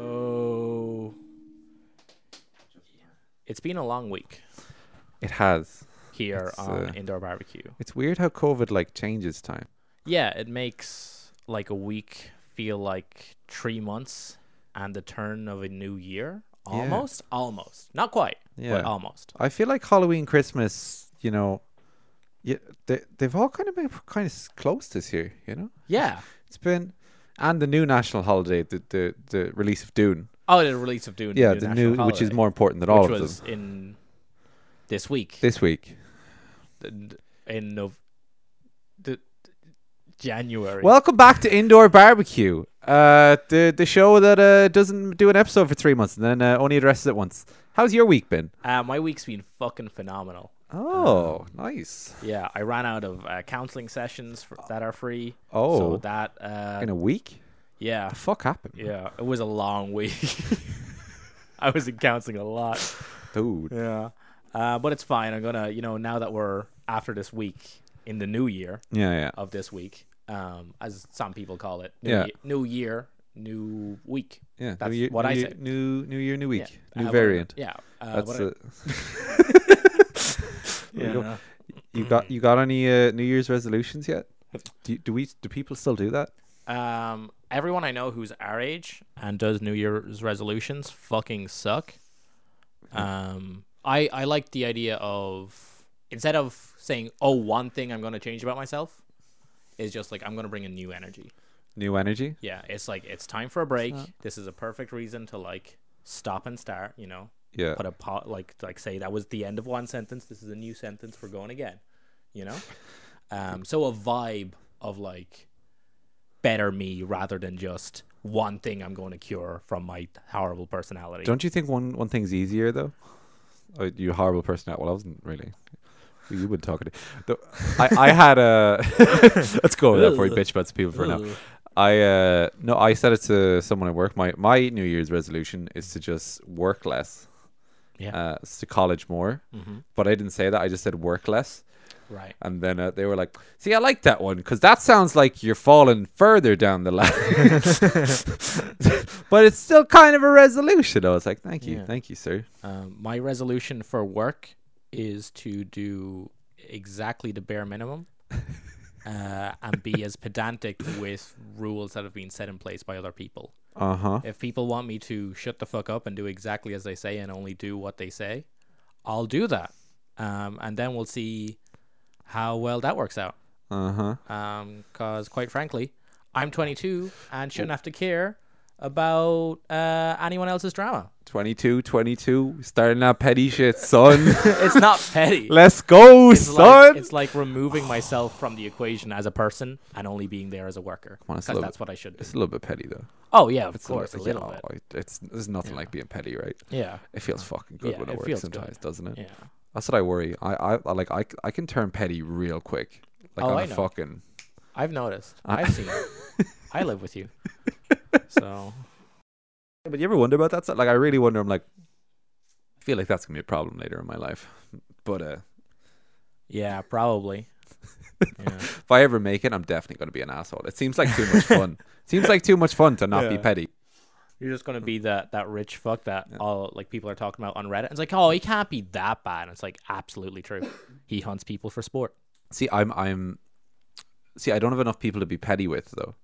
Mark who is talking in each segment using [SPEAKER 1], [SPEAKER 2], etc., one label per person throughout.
[SPEAKER 1] Oh. It's been a long week
[SPEAKER 2] It has.
[SPEAKER 1] here
[SPEAKER 2] It's,
[SPEAKER 1] on
[SPEAKER 2] uh,
[SPEAKER 1] Indoor Barbecue.
[SPEAKER 2] It's weird how COVID like changes time.
[SPEAKER 1] Yeah, it makes like a week feel like three months and the turn of a new year.
[SPEAKER 2] Yeah.
[SPEAKER 1] Almost, almost, not quite,
[SPEAKER 2] Yeah.
[SPEAKER 1] but almost.
[SPEAKER 2] I feel like Halloween, Christmas, you know, yeah, they they've all kind of been kind of s- close this year. You know,
[SPEAKER 1] Yeah.
[SPEAKER 2] it's been and the new national holiday, the the, the release of Dune.
[SPEAKER 1] Oh, the release of Dune.
[SPEAKER 2] yeah, the new,
[SPEAKER 1] national
[SPEAKER 2] which is
[SPEAKER 1] holiday,
[SPEAKER 2] more important than all
[SPEAKER 1] which
[SPEAKER 2] of
[SPEAKER 1] was
[SPEAKER 2] them
[SPEAKER 1] in this week
[SPEAKER 2] this week.
[SPEAKER 1] in, in Nov- the, January.
[SPEAKER 2] Welcome back to Indoor Barbecue, uh, the the show that uh, doesn't do an episode for three months and then uh, only addresses it once. How's your week been?
[SPEAKER 1] uh, my week's been fucking phenomenal.
[SPEAKER 2] Oh, nice.
[SPEAKER 1] Yeah, I ran out of uh, counseling sessions for, that are free.
[SPEAKER 2] Oh.
[SPEAKER 1] so that uh,
[SPEAKER 2] In a week,
[SPEAKER 1] yeah,
[SPEAKER 2] the fuck happened,
[SPEAKER 1] yeah, it was a long week. I was in counseling a lot.
[SPEAKER 2] dude?
[SPEAKER 1] Yeah, uh, but it's fine. I'm gonna, you know, now that we're after this week in the new year
[SPEAKER 2] Yeah, yeah.
[SPEAKER 1] of this week, um, as some people call it, new
[SPEAKER 2] Yeah.
[SPEAKER 1] ye- new year, new week.
[SPEAKER 2] Yeah,
[SPEAKER 1] That's
[SPEAKER 2] new year,
[SPEAKER 1] what
[SPEAKER 2] new
[SPEAKER 1] I
[SPEAKER 2] year-
[SPEAKER 1] said.
[SPEAKER 2] New New Year, new
[SPEAKER 1] Yeah.
[SPEAKER 2] week,
[SPEAKER 1] Uh,
[SPEAKER 2] new
[SPEAKER 1] what-
[SPEAKER 2] variant.
[SPEAKER 1] Yeah, uh,
[SPEAKER 2] That's
[SPEAKER 1] what-
[SPEAKER 2] it. There
[SPEAKER 1] yeah.
[SPEAKER 2] you, go. you got you got any uh, New Year's resolutions yet? Do, you, do we do people still do that?
[SPEAKER 1] Um, everyone I know who's our age and does New Year's resolutions fucking suck. Um, I I like the idea of instead of saying oh one thing I'm gonna change about myself, is just like I'm gonna bring a new energy.
[SPEAKER 2] New energy.
[SPEAKER 1] Yeah, it's like it's time for a break. This is a perfect reason to like stop and start. You know,
[SPEAKER 2] Yeah.
[SPEAKER 1] put a pot like like say that was the end of one sentence. This is a new sentence. We're going again. You know, um, so a vibe of like better me rather than just one thing I'm going to cure from my horrible personality.
[SPEAKER 2] Don't you think one one thing's easier though? Oh, you horrible person. Well, I wasn't really. You would talk it. The- I I had a. Let's go over that before we
[SPEAKER 1] Ugh.
[SPEAKER 2] bitch about some people for now.
[SPEAKER 1] Ugh.
[SPEAKER 2] I uh no, I said it to someone at work. My my New Year's resolution is to just work less.
[SPEAKER 1] Yeah.
[SPEAKER 2] Uh, it's to college more,
[SPEAKER 1] Mm-hmm.
[SPEAKER 2] but I didn't say that. I just said work less.
[SPEAKER 1] right.
[SPEAKER 2] And then uh, they were like, "See, I like that one because that sounds like you're falling further down the ladder." but it's still kind of a resolution. I was like, "Thank you,
[SPEAKER 1] Yeah.
[SPEAKER 2] thank you, sir."
[SPEAKER 1] Um, my resolution for work is to do exactly the bare minimum. Uh, and be as pedantic with rules that have been set in place by other people.
[SPEAKER 2] Uh huh.
[SPEAKER 1] if people want me to shut the fuck up and do exactly as they say and only do what they say, I'll do that. Um, and then we'll see how well that works out.
[SPEAKER 2] Uh huh.
[SPEAKER 1] Because, quite frankly, I'm 22 and shouldn't have to care about uh, anyone else's drama.
[SPEAKER 2] 22, 22, starting that petty shit, son.
[SPEAKER 1] It's not petty.
[SPEAKER 2] Let's go,
[SPEAKER 1] It's
[SPEAKER 2] son.
[SPEAKER 1] like, it's like removing myself from the equation as a person and only being there as a worker.
[SPEAKER 2] on, it's a
[SPEAKER 1] 'Cause
[SPEAKER 2] little
[SPEAKER 1] that's what I should do.
[SPEAKER 2] It's a little bit petty though.
[SPEAKER 1] Oh, yeah, of
[SPEAKER 2] It's
[SPEAKER 1] course, a little bit.
[SPEAKER 2] bit. oh, It's there's nothing like being petty, right?
[SPEAKER 1] Yeah,
[SPEAKER 2] It feels fucking good
[SPEAKER 1] Yeah,
[SPEAKER 2] when I
[SPEAKER 1] it
[SPEAKER 2] work
[SPEAKER 1] feels
[SPEAKER 2] sometimes, doesn't it?
[SPEAKER 1] yeah.
[SPEAKER 2] That's what I worry. I, I I like I, c- I can turn petty real quick. Like
[SPEAKER 1] Oh,
[SPEAKER 2] on
[SPEAKER 1] I
[SPEAKER 2] a
[SPEAKER 1] know.
[SPEAKER 2] fucking
[SPEAKER 1] I've noticed. I've seen it. I live with you. So
[SPEAKER 2] Yeah, but you ever wonder about that? stuff? Like, I really wonder. I'm like, I feel like that's gonna be a problem later in my life. But uh,
[SPEAKER 1] Yeah, probably. Yeah.
[SPEAKER 2] if I ever make it, I'm definitely gonna be an asshole. It seems like too much fun. seems like too much fun to not be
[SPEAKER 1] Yeah.
[SPEAKER 2] petty.
[SPEAKER 1] You're just gonna
[SPEAKER 2] Hmm.
[SPEAKER 1] be that that rich fuck that all like people are talking about on Reddit. It's like, oh, he can't be that bad. And it's like absolutely true. He hunts people for sport.
[SPEAKER 2] See, I'm I'm. See, I don't have enough people to be petty with though.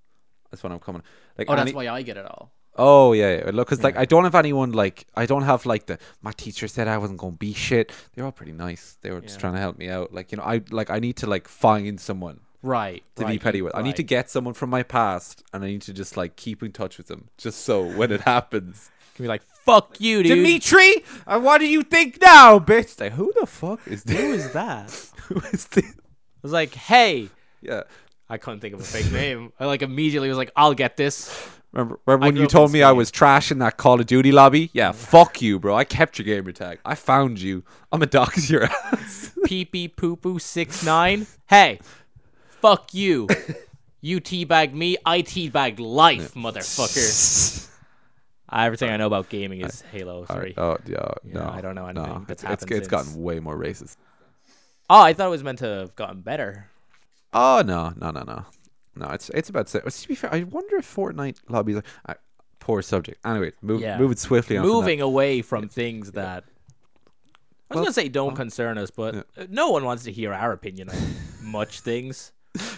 [SPEAKER 2] That's when I'm coming. Like,
[SPEAKER 1] Oh,
[SPEAKER 2] any-
[SPEAKER 1] that's why I get it all.
[SPEAKER 2] Oh yeah, yeah. Look, 'cause, like I don't have anyone like I don't have like the my teacher said I wasn't gonna be shit. They're all pretty nice. They were just
[SPEAKER 1] Yeah.
[SPEAKER 2] trying to help me out. Like you know, I like I need to like find someone
[SPEAKER 1] Right.
[SPEAKER 2] to be
[SPEAKER 1] right,
[SPEAKER 2] petty with. I need to
[SPEAKER 1] right.
[SPEAKER 2] get someone from my past, and I need to just like keep in touch with them, just so when it happens,
[SPEAKER 1] Can be like, fuck you, dude.
[SPEAKER 2] Dimitri, uh, what do you think now, bitch? Like who the fuck is
[SPEAKER 1] Who
[SPEAKER 2] this?
[SPEAKER 1] is that? I
[SPEAKER 2] who is this?
[SPEAKER 1] was like, hey.
[SPEAKER 2] Yeah.
[SPEAKER 1] I couldn't think of a fake name. I like immediately was like, I'll get this.
[SPEAKER 2] Remember, remember when
[SPEAKER 1] grew
[SPEAKER 2] you
[SPEAKER 1] up in
[SPEAKER 2] told me I
[SPEAKER 1] Spain.
[SPEAKER 2] was trash in that Call of Duty lobby? Yeah, fuck you, bro. I kept your gamer tag. I found you. I'm a dox your ass.
[SPEAKER 1] Pee pee poo poo six nine. Hey, fuck you. You teabag me. I teabag life, motherfucker. Uh, Everything I know about gaming is Halo 3.
[SPEAKER 2] Oh yeah, no,
[SPEAKER 1] I don't know anything
[SPEAKER 2] No,
[SPEAKER 1] that's
[SPEAKER 2] it's it's,
[SPEAKER 1] happened since.
[SPEAKER 2] it's gotten way more racist.
[SPEAKER 1] Oh, I thought it was meant to have gotten better.
[SPEAKER 2] Oh no, no, no, no, no. It's it's about sa- to be fair. I wonder if Fortnite lobbies. Are, I, poor subject. Anyway, move,
[SPEAKER 1] Yeah.
[SPEAKER 2] moving swiftly on. from that.
[SPEAKER 1] Moving away from things that was gonna say don't concern us, but uh, no one wants to hear our opinion on much things.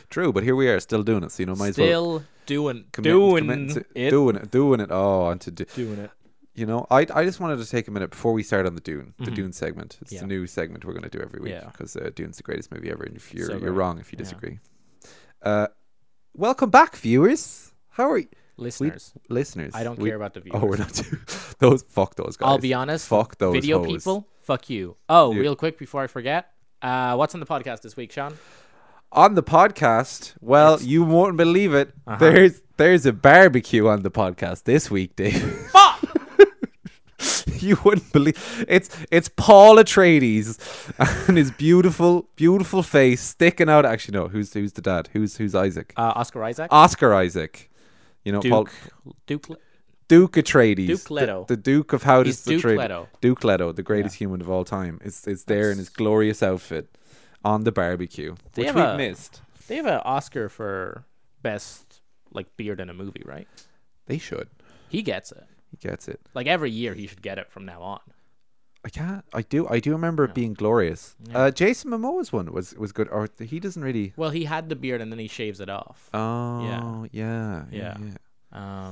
[SPEAKER 2] True, but here we are still doing it. So you know, might as well
[SPEAKER 1] Still doing
[SPEAKER 2] commit-
[SPEAKER 1] doing
[SPEAKER 2] commit to-
[SPEAKER 1] it,
[SPEAKER 2] doing it, doing it. Oh, and to do,
[SPEAKER 1] doing it.
[SPEAKER 2] you know, I I just wanted to take a minute before we start on the Dune, the Dune segment.
[SPEAKER 1] Mm-hmm.
[SPEAKER 2] It's
[SPEAKER 1] Yeah.
[SPEAKER 2] the new segment we're going to do every week
[SPEAKER 1] Yeah.
[SPEAKER 2] because uh, Dune's the greatest movie ever. And if you're
[SPEAKER 1] So
[SPEAKER 2] you're
[SPEAKER 1] great.
[SPEAKER 2] wrong if you
[SPEAKER 1] Yeah.
[SPEAKER 2] disagree. Uh, welcome back, viewers. How are you,
[SPEAKER 1] Listeners,
[SPEAKER 2] listeners?
[SPEAKER 1] I don't
[SPEAKER 2] We-
[SPEAKER 1] care about the viewers.
[SPEAKER 2] Oh, we're not too. those fuck those guys.
[SPEAKER 1] I'll be honest.
[SPEAKER 2] Fuck those
[SPEAKER 1] video
[SPEAKER 2] hoes.
[SPEAKER 1] people. Fuck you. Oh,
[SPEAKER 2] You-
[SPEAKER 1] real quick before I forget, uh, what's on the podcast this week, Sean?
[SPEAKER 2] on the podcast. Well, you won't believe it. There's there's a barbecue on the podcast this week, Dave.
[SPEAKER 1] Fuck.
[SPEAKER 2] you wouldn't believe it's it's Paul Atreides and his beautiful beautiful face sticking out. Actually, no, who's who's the dad? Who's who's Isaac?
[SPEAKER 1] Uh, Oscar Isaac,
[SPEAKER 2] Oscar Isaac. You know,
[SPEAKER 1] Duke,
[SPEAKER 2] Paul
[SPEAKER 1] Duke. Le-
[SPEAKER 2] Duke Atreides,
[SPEAKER 1] Duke
[SPEAKER 2] the-
[SPEAKER 1] Leto.
[SPEAKER 2] the, Duke of How
[SPEAKER 1] He's
[SPEAKER 2] does the
[SPEAKER 1] Duke
[SPEAKER 2] Trade-
[SPEAKER 1] Leto.
[SPEAKER 2] Duke Leto, the greatest human of all time, is is there in his glorious outfit on the barbecue,
[SPEAKER 1] They
[SPEAKER 2] which
[SPEAKER 1] have
[SPEAKER 2] we've
[SPEAKER 1] a-
[SPEAKER 2] missed.
[SPEAKER 1] They have an Oscar for best like beard in a movie, right?
[SPEAKER 2] They should.
[SPEAKER 1] He gets it.
[SPEAKER 2] He gets it.
[SPEAKER 1] Like every year, he should get it from now on.
[SPEAKER 2] I can't. I do. I do remember it being glorious. Uh, Jason Momoa's one was was good. Or th- he doesn't really.
[SPEAKER 1] Well, he had the beard and then he shaves it off.
[SPEAKER 2] Oh yeah, yeah,
[SPEAKER 1] Yeah.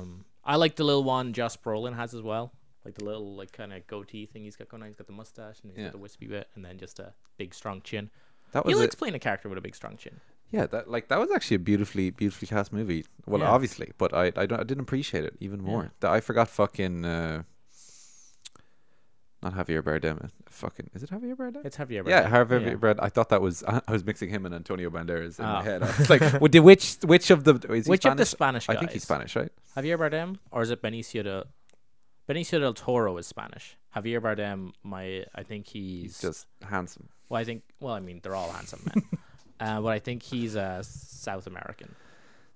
[SPEAKER 1] Um, I like the little one Josh Brolin has as well. Like the little like kind of goatee thing he's got going on. He's got the mustache and he's
[SPEAKER 2] Yeah.
[SPEAKER 1] got the wispy bit, and then just a big strong chin.
[SPEAKER 2] That was
[SPEAKER 1] He'll
[SPEAKER 2] it.
[SPEAKER 1] explain a character with a big strong chin.
[SPEAKER 2] yeah, that like that was actually a beautifully beautifully cast movie. Well,
[SPEAKER 1] Yeah.
[SPEAKER 2] obviously, but I I, don't, I didn't appreciate it even more. Th- I forgot fucking. Uh, not Javier Bardem. uh, Fucking is it Javier Bardem?
[SPEAKER 1] It's Javier.
[SPEAKER 2] yeah,
[SPEAKER 1] Bardem.
[SPEAKER 2] Javier
[SPEAKER 1] Yeah.
[SPEAKER 2] Bardem. I thought that was I I was mixing him and Antonio Banderas in my
[SPEAKER 1] Oh.
[SPEAKER 2] head. I was like, well, did- which which of the is he
[SPEAKER 1] Which of the
[SPEAKER 2] Spanish?
[SPEAKER 1] Spanish guys?
[SPEAKER 2] I think he's Spanish, right?
[SPEAKER 1] Javier Bardem or is it Benicio del Benicio del Toro is Spanish. Javier Bardem, my I think he's,
[SPEAKER 2] He's just handsome.
[SPEAKER 1] well, I think well, I mean they're all handsome men, uh, but I think he's uh, South American.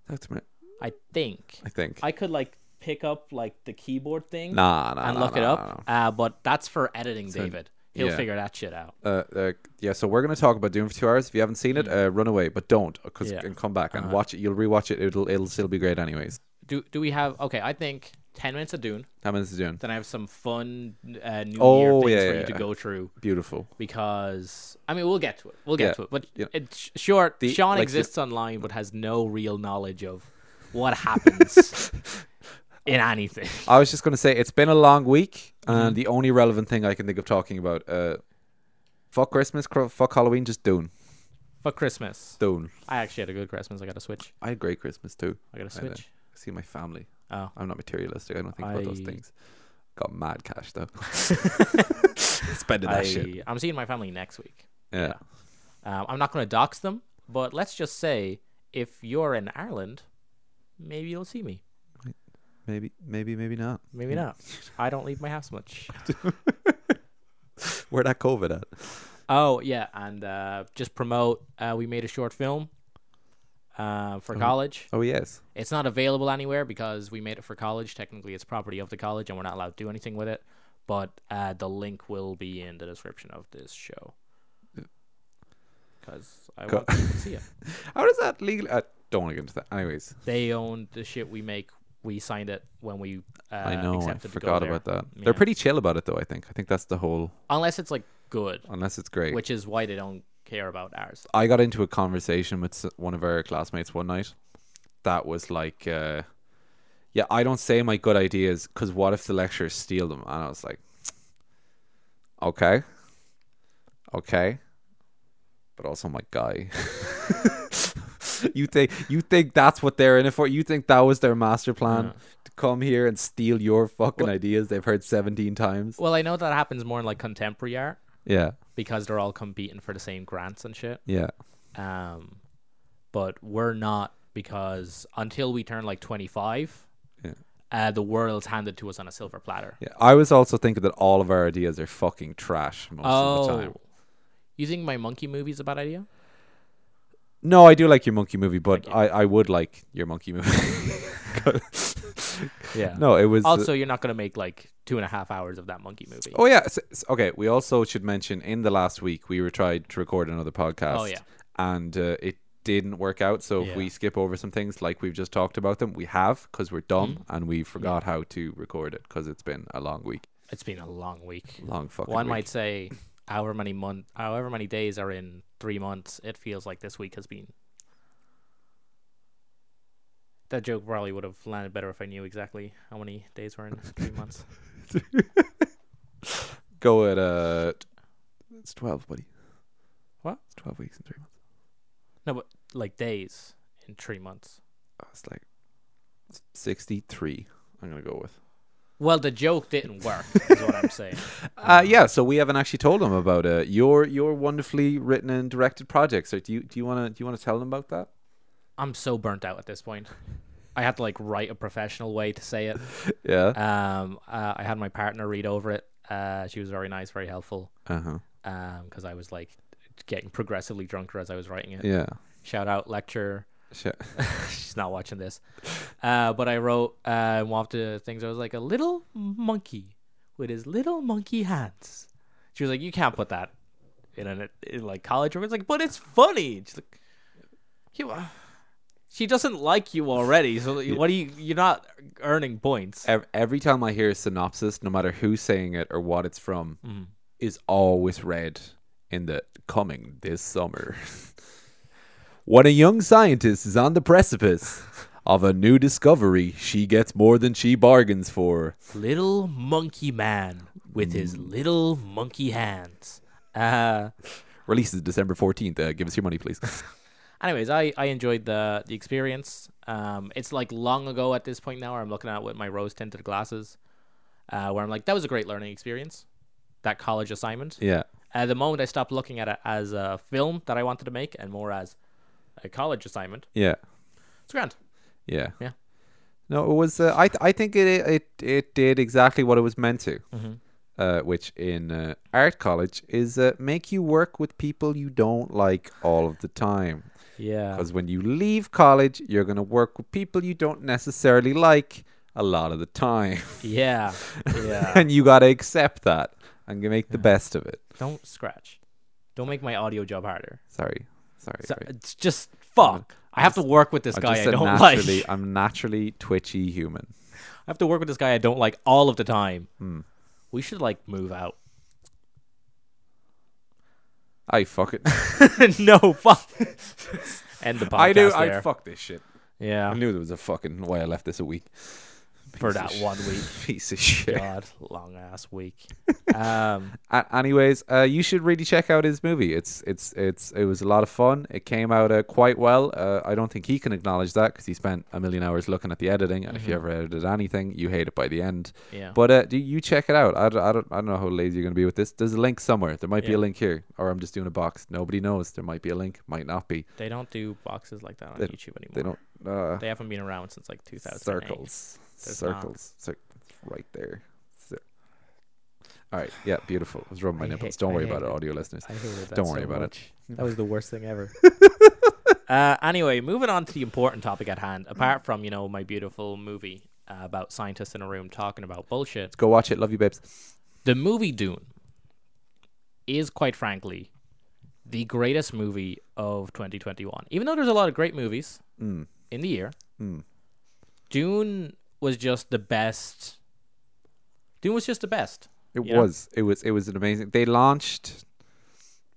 [SPEAKER 2] That's me.
[SPEAKER 1] I think
[SPEAKER 2] I think.
[SPEAKER 1] I could like pick up like the keyboard thing
[SPEAKER 2] Nah, nah.
[SPEAKER 1] and
[SPEAKER 2] nah,
[SPEAKER 1] look
[SPEAKER 2] nah,
[SPEAKER 1] it
[SPEAKER 2] nah,
[SPEAKER 1] up, Uh, but that's for editing, David. He'll
[SPEAKER 2] yeah.
[SPEAKER 1] figure that shit out.
[SPEAKER 2] nah. Uh, uh, yeah, so we're gonna talk about Doom for two hours. If you haven't seen it, uh, run away, but don't, because
[SPEAKER 1] Mm. Yeah. Uh-huh.
[SPEAKER 2] and come back and watch it. You'll rewatch it. It'll it'll still be great, anyways.
[SPEAKER 1] Do do we have okay? I think ten minutes of Dune.
[SPEAKER 2] How many is it doing?
[SPEAKER 1] Then I have some fun uh, New Year
[SPEAKER 2] Oh,
[SPEAKER 1] things
[SPEAKER 2] yeah,
[SPEAKER 1] for
[SPEAKER 2] yeah,
[SPEAKER 1] you to
[SPEAKER 2] yeah.
[SPEAKER 1] go through.
[SPEAKER 2] Beautiful.
[SPEAKER 1] because I mean we'll get to it. We'll get
[SPEAKER 2] Yeah,
[SPEAKER 1] to it. But
[SPEAKER 2] you know.
[SPEAKER 1] it's sure
[SPEAKER 2] The-
[SPEAKER 1] Sean
[SPEAKER 2] like the-
[SPEAKER 1] exists online but has no real knowledge of what happens in anything.
[SPEAKER 2] I was just gonna say it's been a long week,
[SPEAKER 1] Mm-hmm.
[SPEAKER 2] and the only relevant thing I can think of talking about, uh, fuck Christmas, cr- fuck Halloween, just Dune,
[SPEAKER 1] For Christmas.
[SPEAKER 2] Dune.
[SPEAKER 1] I actually had a good Christmas. I got a Switch.
[SPEAKER 2] I had a great Christmas too.
[SPEAKER 1] I got a
[SPEAKER 2] I did.
[SPEAKER 1] Switch.
[SPEAKER 2] I see my family.
[SPEAKER 1] Oh.
[SPEAKER 2] I'm not materialistic. I don't think about those
[SPEAKER 1] I-
[SPEAKER 2] things. Got mad cash though. Spending that shit.
[SPEAKER 1] I, I'm seeing my family next week.
[SPEAKER 2] Yeah.
[SPEAKER 1] Um, I'm not going to dox them, but let's just say if you're in Ireland, maybe you'll see me.
[SPEAKER 2] Maybe, maybe, maybe not.
[SPEAKER 1] Maybe not. I don't leave my house much.
[SPEAKER 2] Where that COVID at?
[SPEAKER 1] Oh yeah, and uh, just promote. Uh, we made a short film uh, for college.
[SPEAKER 2] Oh yes.
[SPEAKER 1] It's not available anywhere because we made it for college. Technically, it's property of the college, and we're not allowed to do anything with it. But uh, the link will be in the description of this show. Because I
[SPEAKER 2] Uh. Co-
[SPEAKER 1] want people to see it.
[SPEAKER 2] How does that legally? I don't want to get into that. Anyways,
[SPEAKER 1] They own the shit we make. We signed it when we uh,
[SPEAKER 2] I know I
[SPEAKER 1] accepted to go
[SPEAKER 2] forgot
[SPEAKER 1] there.
[SPEAKER 2] about that.
[SPEAKER 1] Yeah.
[SPEAKER 2] They're pretty chill about it though. I think. I think that's the whole.
[SPEAKER 1] Unless it's like good,
[SPEAKER 2] Unless it's great.
[SPEAKER 1] which is why they don't care about ours.
[SPEAKER 2] I got into a conversation with s- one of our classmates one night. That was like, uh, yeah, I don't say my good ideas because what if the lecturers steal them? And I was like, okay, okay, but also my guy. you think you think that's what they're in it for? You think that was their master plan to come here and steal your fucking ideas they've heard seventeen times?
[SPEAKER 1] Well, I know that happens more in like contemporary art
[SPEAKER 2] Yeah,
[SPEAKER 1] because they're all competing for the same grants and shit.
[SPEAKER 2] yeah.
[SPEAKER 1] um, but we're not because until we turn like 25
[SPEAKER 2] Yeah.
[SPEAKER 1] uh, the world's handed to us on a silver platter
[SPEAKER 2] Yeah, I was also thinking that all of our ideas are fucking trash most of the time.
[SPEAKER 1] oh you think my monkey movie's a bad idea
[SPEAKER 2] No, I do like your monkey movie, but I, I would like your monkey movie. 'Cause-
[SPEAKER 1] yeah
[SPEAKER 2] no, it was uh,
[SPEAKER 1] also you're not going to make like two and a half hours of that monkey movie
[SPEAKER 2] oh yeah. s- s- okay, we also should mention in the last week we were tried to record another podcast.
[SPEAKER 1] Oh, yeah.
[SPEAKER 2] and uh, it didn't work out. So if
[SPEAKER 1] Yeah.
[SPEAKER 2] we skip over some things like we've just talked about them, we have because we're dumb
[SPEAKER 1] Mm-hmm.
[SPEAKER 2] and we forgot how to record it because it's been a long week,
[SPEAKER 1] it's been a long week
[SPEAKER 2] long fucking.
[SPEAKER 1] one
[SPEAKER 2] week.
[SPEAKER 1] might say however many month, however many days are in three months, it feels like this week has been. That joke probably would have landed better if I knew exactly how many days were in three months.
[SPEAKER 2] Go at uh, it's twelve, buddy.
[SPEAKER 1] What?
[SPEAKER 2] It's twelve weeks and three months.
[SPEAKER 1] No, but like days in three months.
[SPEAKER 2] Oh, it's like sixty-three. I'm gonna go with.
[SPEAKER 1] Well, the joke didn't work, is what I'm saying.
[SPEAKER 2] Uh, yeah, so we haven't actually told them about uh, your your wonderfully written and directed projects. So do you do you want to do you want to tell them about that?
[SPEAKER 1] I'm so burnt out at this point. I had to like write a professional way to say it.
[SPEAKER 2] Yeah.
[SPEAKER 1] Um, uh, I had my partner read over it. Uh, she was very nice, very helpful.
[SPEAKER 2] Uh huh.
[SPEAKER 1] Um, because I was like getting progressively drunker as I was writing it.
[SPEAKER 2] Yeah.
[SPEAKER 1] Shout out lecturer.
[SPEAKER 2] Sure.
[SPEAKER 1] She's not watching this. Uh, but I wrote uh, one of the things. I was like a little monkey with his little monkey hands. She was like, "You can't put that in an in like college." I was like, "But it's funny." She's like, "You." are- She doesn't like you already, so what do you? You're not earning points.
[SPEAKER 2] Ev- Every time I hear a synopsis, no matter who's saying it or what it's from, is always read in the coming this summer. when a young scientist is on the precipice of a new discovery, she gets more than she bargains for.
[SPEAKER 1] Little monkey man with his little monkey hands. Uh,
[SPEAKER 2] Releases December fourteenth. Uh, give us your money, please.
[SPEAKER 1] anyways i i enjoyed the the experience um it's like long ago at this point now where i'm looking at it with my rose tinted glasses uh where i'm like that was a great learning experience that college assignment
[SPEAKER 2] yeah.
[SPEAKER 1] at the moment i stopped looking at it as a film that i wanted to make and more as a college assignment
[SPEAKER 2] Yeah.
[SPEAKER 1] it's grand
[SPEAKER 2] Yeah.
[SPEAKER 1] Yeah.
[SPEAKER 2] No, it was. Uh, I th- I think it it it did exactly what it was meant to,
[SPEAKER 1] Mm-hmm.
[SPEAKER 2] uh, which in uh, art college is uh, make you work with people you don't like all of the time.
[SPEAKER 1] Oh. yeah
[SPEAKER 2] Because when you leave college, you're gonna work with people you don't necessarily like a lot of the time,
[SPEAKER 1] yeah yeah
[SPEAKER 2] and you gotta accept that and you make the best of it.
[SPEAKER 1] don't scratch don't make my audio job harder
[SPEAKER 2] Sorry, sorry.
[SPEAKER 1] so,
[SPEAKER 2] sorry.
[SPEAKER 1] it's Mm. just fuck i have to work with this
[SPEAKER 2] I
[SPEAKER 1] guy
[SPEAKER 2] just
[SPEAKER 1] i
[SPEAKER 2] said
[SPEAKER 1] don't
[SPEAKER 2] naturally,
[SPEAKER 1] like
[SPEAKER 2] I'm naturally twitchy human.
[SPEAKER 1] I have to work with this guy I don't like all of the time.
[SPEAKER 2] Hmm.
[SPEAKER 1] We should like move out.
[SPEAKER 2] I fuck it.
[SPEAKER 1] no fuck. End the podcast
[SPEAKER 2] I do.
[SPEAKER 1] there.
[SPEAKER 2] I fuck this shit. I
[SPEAKER 1] yeah,
[SPEAKER 2] knew there was a fucking way I left this a week.
[SPEAKER 1] for
[SPEAKER 2] piece
[SPEAKER 1] that
[SPEAKER 2] of
[SPEAKER 1] one week.
[SPEAKER 2] Piece of shit.
[SPEAKER 1] God, long ass week. Um,
[SPEAKER 2] A- anyways, uh, you should really check out his movie. It's it's it's it was a lot of fun. It came out uh, quite well. Uh, I don't think he can acknowledge that because he spent a million hours looking at the editing. And if
[SPEAKER 1] Mm-hmm.
[SPEAKER 2] you ever edited anything, you hate it by the end.
[SPEAKER 1] yeah,
[SPEAKER 2] But uh, do you check it out? I don't, I don't I don't know how lazy you're gonna be with this. There's a link somewhere. There might be
[SPEAKER 1] Yeah.
[SPEAKER 2] a link here, or I'm just doing a box. Nobody knows. There might be a link. Might not be.
[SPEAKER 1] they don't do boxes like that on
[SPEAKER 2] They-
[SPEAKER 1] YouTube anymore.
[SPEAKER 2] They
[SPEAKER 1] They,
[SPEAKER 2] don't. Uh,
[SPEAKER 1] haven't been around since like 2000.
[SPEAKER 2] circles
[SPEAKER 1] There's not.
[SPEAKER 2] circles Cir- right there Cir- all right yeah beautiful i was rubbing my
[SPEAKER 1] I
[SPEAKER 2] nipples
[SPEAKER 1] hate-
[SPEAKER 2] don't
[SPEAKER 1] I
[SPEAKER 2] worry
[SPEAKER 1] hate
[SPEAKER 2] about it
[SPEAKER 1] it.
[SPEAKER 2] audio listeners
[SPEAKER 1] I hated that
[SPEAKER 2] Don't worry
[SPEAKER 1] so
[SPEAKER 2] about it.
[SPEAKER 1] much. it. That was the worst thing ever. uh, anyway, moving on to the important topic at hand. Apart from you know my beautiful movie uh, about scientists in a room talking about bullshit,
[SPEAKER 2] go watch it love you babes
[SPEAKER 1] the movie Dune is quite frankly the greatest movie of 2021. Even though there's a lot of great movies
[SPEAKER 2] Mm.
[SPEAKER 1] in the year, Dune was just the best. Dune was just the best.
[SPEAKER 2] it
[SPEAKER 1] Yeah.
[SPEAKER 2] was it was it was an amazing they launched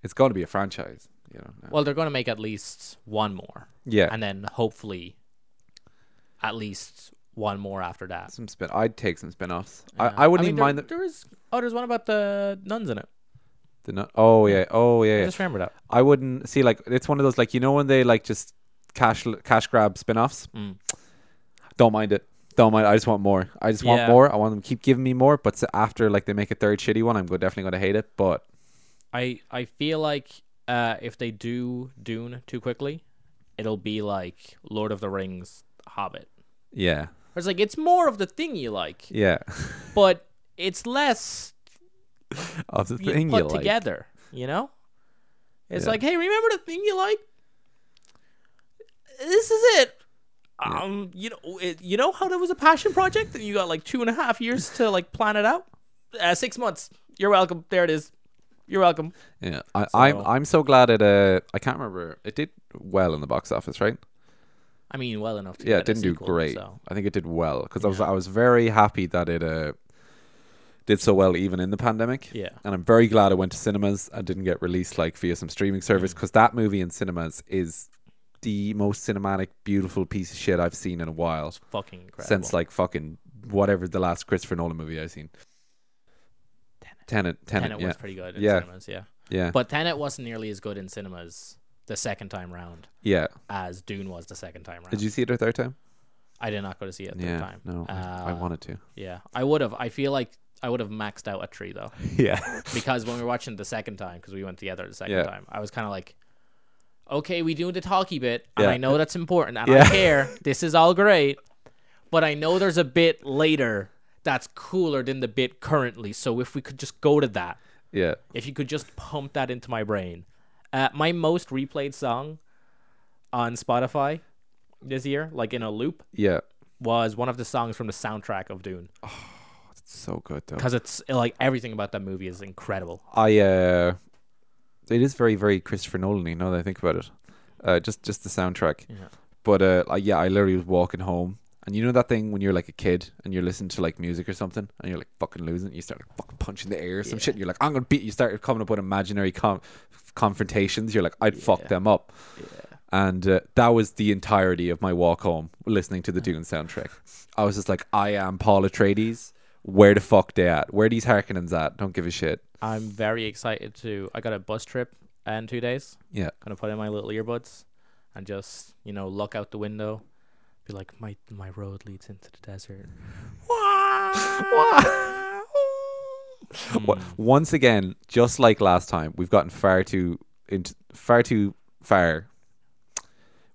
[SPEAKER 2] it's going to be a franchise you know now.
[SPEAKER 1] Well, they're going to make at least one more,
[SPEAKER 2] yeah
[SPEAKER 1] and then hopefully at least one more after that.
[SPEAKER 2] some spin i'd take some spin-offs i, I wouldn't even
[SPEAKER 1] there-
[SPEAKER 2] mind the,
[SPEAKER 1] there is oh, there's one about the nuns in it.
[SPEAKER 2] the nu- oh yeah oh yeah,
[SPEAKER 1] I
[SPEAKER 2] yeah.
[SPEAKER 1] just remember that.
[SPEAKER 2] I wouldn't see like it's one of those like you know when they like just cash cash grab spin-offs.
[SPEAKER 1] Mm.
[SPEAKER 2] Don't mind it. Don't mind. I just want more. I just want
[SPEAKER 1] Yeah.
[SPEAKER 2] more. I want them to keep giving me more. But s- after like they make a third shitty one, I'm go- definitely going to hate it. But
[SPEAKER 1] I I feel like uh, if they do Dune too quickly, it'll be like Lord of the Rings, Hobbit.
[SPEAKER 2] yeah,
[SPEAKER 1] Where It's like it's more of the thing you like,
[SPEAKER 2] yeah,
[SPEAKER 1] but it's less
[SPEAKER 2] of the
[SPEAKER 1] you
[SPEAKER 2] thing
[SPEAKER 1] put
[SPEAKER 2] you like.
[SPEAKER 1] together. You know, it's
[SPEAKER 2] Yeah.
[SPEAKER 1] like hey, remember the thing you like? This is it. Um, you know, it, you know how there was a passion project and you got like two and a half years to like plan it out. Uh, six months. You're welcome. There it is. You're welcome.
[SPEAKER 2] Yeah, I, I'm I'm so glad it. Uh, I can't remember. It did well in the box office, right?
[SPEAKER 1] I mean, well enough. To
[SPEAKER 2] yeah,
[SPEAKER 1] get
[SPEAKER 2] it
[SPEAKER 1] a
[SPEAKER 2] didn't do
[SPEAKER 1] sequel,
[SPEAKER 2] great.
[SPEAKER 1] So.
[SPEAKER 2] I think it did well because I was I was very happy that it uh did so well even in the pandemic.
[SPEAKER 1] Yeah.
[SPEAKER 2] And I'm very glad I went to cinemas and didn't get released like via some streaming service because that movie in cinemas is the most cinematic, beautiful piece of shit I've seen in a while
[SPEAKER 1] Fucking incredible.
[SPEAKER 2] since like fucking whatever the last Christopher Nolan movie I've seen. Tenet, Tenet,
[SPEAKER 1] Tenet
[SPEAKER 2] yeah,
[SPEAKER 1] was pretty good in
[SPEAKER 2] Yeah.
[SPEAKER 1] cinemas, yeah.
[SPEAKER 2] yeah,
[SPEAKER 1] But Tenet wasn't nearly as good in cinemas the second time round
[SPEAKER 2] yeah.
[SPEAKER 1] as Dune was the second time round.
[SPEAKER 2] Did you see it a third time?
[SPEAKER 1] I did not go to see it the
[SPEAKER 2] yeah,
[SPEAKER 1] time.
[SPEAKER 2] no, I- I
[SPEAKER 1] Uh,
[SPEAKER 2] wanted to.
[SPEAKER 1] Yeah, I would have. I feel like I would have maxed out a tree though,
[SPEAKER 2] Yeah,
[SPEAKER 1] because when we were watching it the second time, because we went together the second
[SPEAKER 2] Yeah.
[SPEAKER 1] time, I was kind of like, okay, we do the talky bit, and
[SPEAKER 2] Yeah.
[SPEAKER 1] I know that's important, and
[SPEAKER 2] Yeah.
[SPEAKER 1] I care. This is all great, but I know there's a bit later that's cooler than the bit currently. So if we could just go to that,
[SPEAKER 2] yeah.
[SPEAKER 1] if you could just pump that into my brain, uh, my most replayed song on Spotify this year, like in a loop,
[SPEAKER 2] Yeah.
[SPEAKER 1] was one of the songs from the soundtrack of Dune.
[SPEAKER 2] So good though.
[SPEAKER 1] because it's like everything about that movie is incredible.
[SPEAKER 2] I uh it is very, very Christopher Nolan, you know that I think about it. Uh just just the soundtrack.
[SPEAKER 1] Yeah.
[SPEAKER 2] But uh I, yeah, I literally was walking home and you know that thing when you're like a kid and you're listening to like music or something and you're like fucking losing it, you start like fucking punching the air or some
[SPEAKER 1] Yeah.
[SPEAKER 2] shit and you're like, I'm gonna beat you start coming up with imaginary com- confrontations, you're like, I'd fuck
[SPEAKER 1] Yeah.
[SPEAKER 2] them up.
[SPEAKER 1] Yeah.
[SPEAKER 2] And uh, that was the entirety of my walk home listening to the Dune soundtrack. I was just like, I am Paul Atreides. Where the fuck they at? Where these Harkonnens at? Don't give a shit.
[SPEAKER 1] I'm very excited to. I got a bus trip in two days.
[SPEAKER 2] Yeah.
[SPEAKER 1] Gonna put in my little earbuds and just you know look out the window, be like my my road leads into the desert.
[SPEAKER 2] Wha- Once again, just like last time, we've gotten far too into far too far,